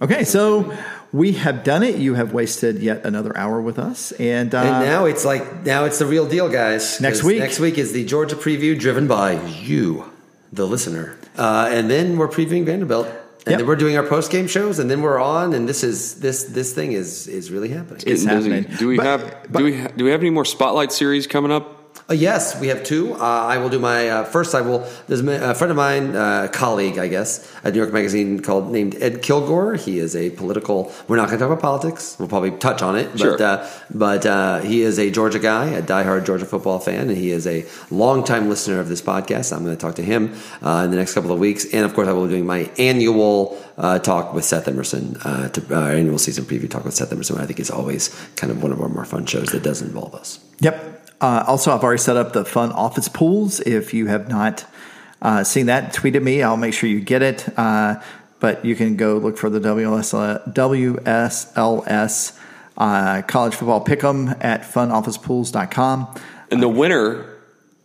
Speaker 3: Okay, so we have done it. You have wasted yet another hour with us, and, uh,
Speaker 1: And now it's like now it's the real deal, guys.
Speaker 3: Next
Speaker 1: 'Cause
Speaker 3: week.
Speaker 1: Next week is the Georgia preview, driven by you, the listener. Uh, and then we're previewing Vanderbilt, and
Speaker 3: Yep.
Speaker 1: then we're doing our post game shows, and then we're on. And this is this this thing is is really happening.
Speaker 3: It's
Speaker 2: Getting busy.
Speaker 3: happening.
Speaker 2: Do we
Speaker 3: But-
Speaker 2: have
Speaker 3: but-
Speaker 2: do we ha- do we have any more spotlight series coming up?
Speaker 1: Uh, yes, we have two. Uh, I will do my uh, first. I will. There's a ma- a friend of mine, uh, colleague, I guess, at New York Magazine called named Ed Kilgore. He is a political. We're not going to talk about politics. We'll probably touch on it,
Speaker 2: Sure.
Speaker 1: but uh, but uh, he is a Georgia guy, a diehard Georgia football fan, and he is a longtime listener of this podcast. I'm going to talk to him uh, in the next couple of weeks, and of course, I will be doing my annual uh, talk with Seth Emerson, uh, to, our annual season preview talk with Seth Emerson. I think is always kind of one of our more fun shows that does involve us.
Speaker 3: Yep. Uh, also, I've already set up the fun office pools. If you have not uh, seen that, tweet at me. I'll make sure you get it. Uh, but you can go look for the WSL, WSLS uh, college football pick'em at funofficepools.com.
Speaker 2: And the winner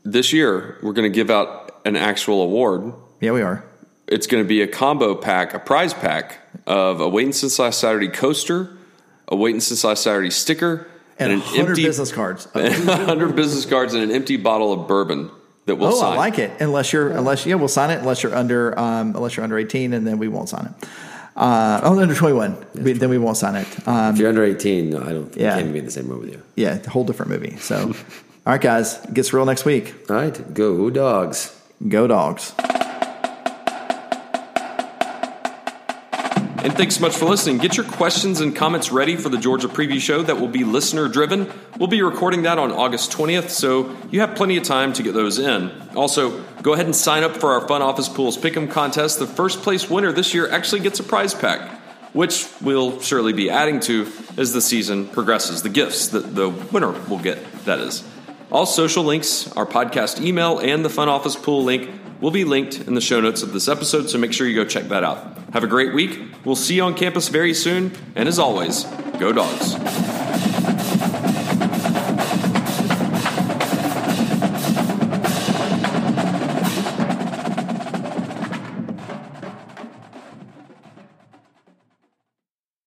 Speaker 2: this year, we're going to give out an actual award.
Speaker 3: Yeah, we are.
Speaker 2: It's going to be a combo pack, a prize pack of a Wait and Since Last Saturday coaster, a Wait and Since Last Saturday sticker,
Speaker 3: And,
Speaker 2: an
Speaker 3: 100
Speaker 2: empty
Speaker 3: business cards. Oh,
Speaker 2: 100 business cards and an empty bottle of bourbon that we'll sign.
Speaker 3: Oh, I like it. Unless you're, unless, yeah, we'll sign it unless you're under, um, unless you're under 18 and then we won't sign it. Uh, oh, under 21. We, then we won't sign it. Um,
Speaker 1: If you're under 18, no, I don't.
Speaker 3: Yeah.
Speaker 1: I can't be in the same room with you.
Speaker 3: yeah, a whole different movie. So, all right, guys, it gets real next week.
Speaker 1: All right, go dogs.
Speaker 3: Go dogs.
Speaker 2: And thanks so much for listening. Get your questions and comments ready for the Georgia preview show that will be listener driven. We'll be recording that on August 20th, so you have plenty of time to get those in. Also, go ahead and sign up for our Fun Office Pools Pick'em contest. The first place winner this year actually gets a prize pack, which we'll surely be adding to as the season progresses. The gifts that the winner will get, that is. All social links, our podcast email, and the Fun Office Pool link will be linked in the show notes of this episode, so make sure you go check that out. Have a great week. We'll see you on campus very soon, and as always, go dogs.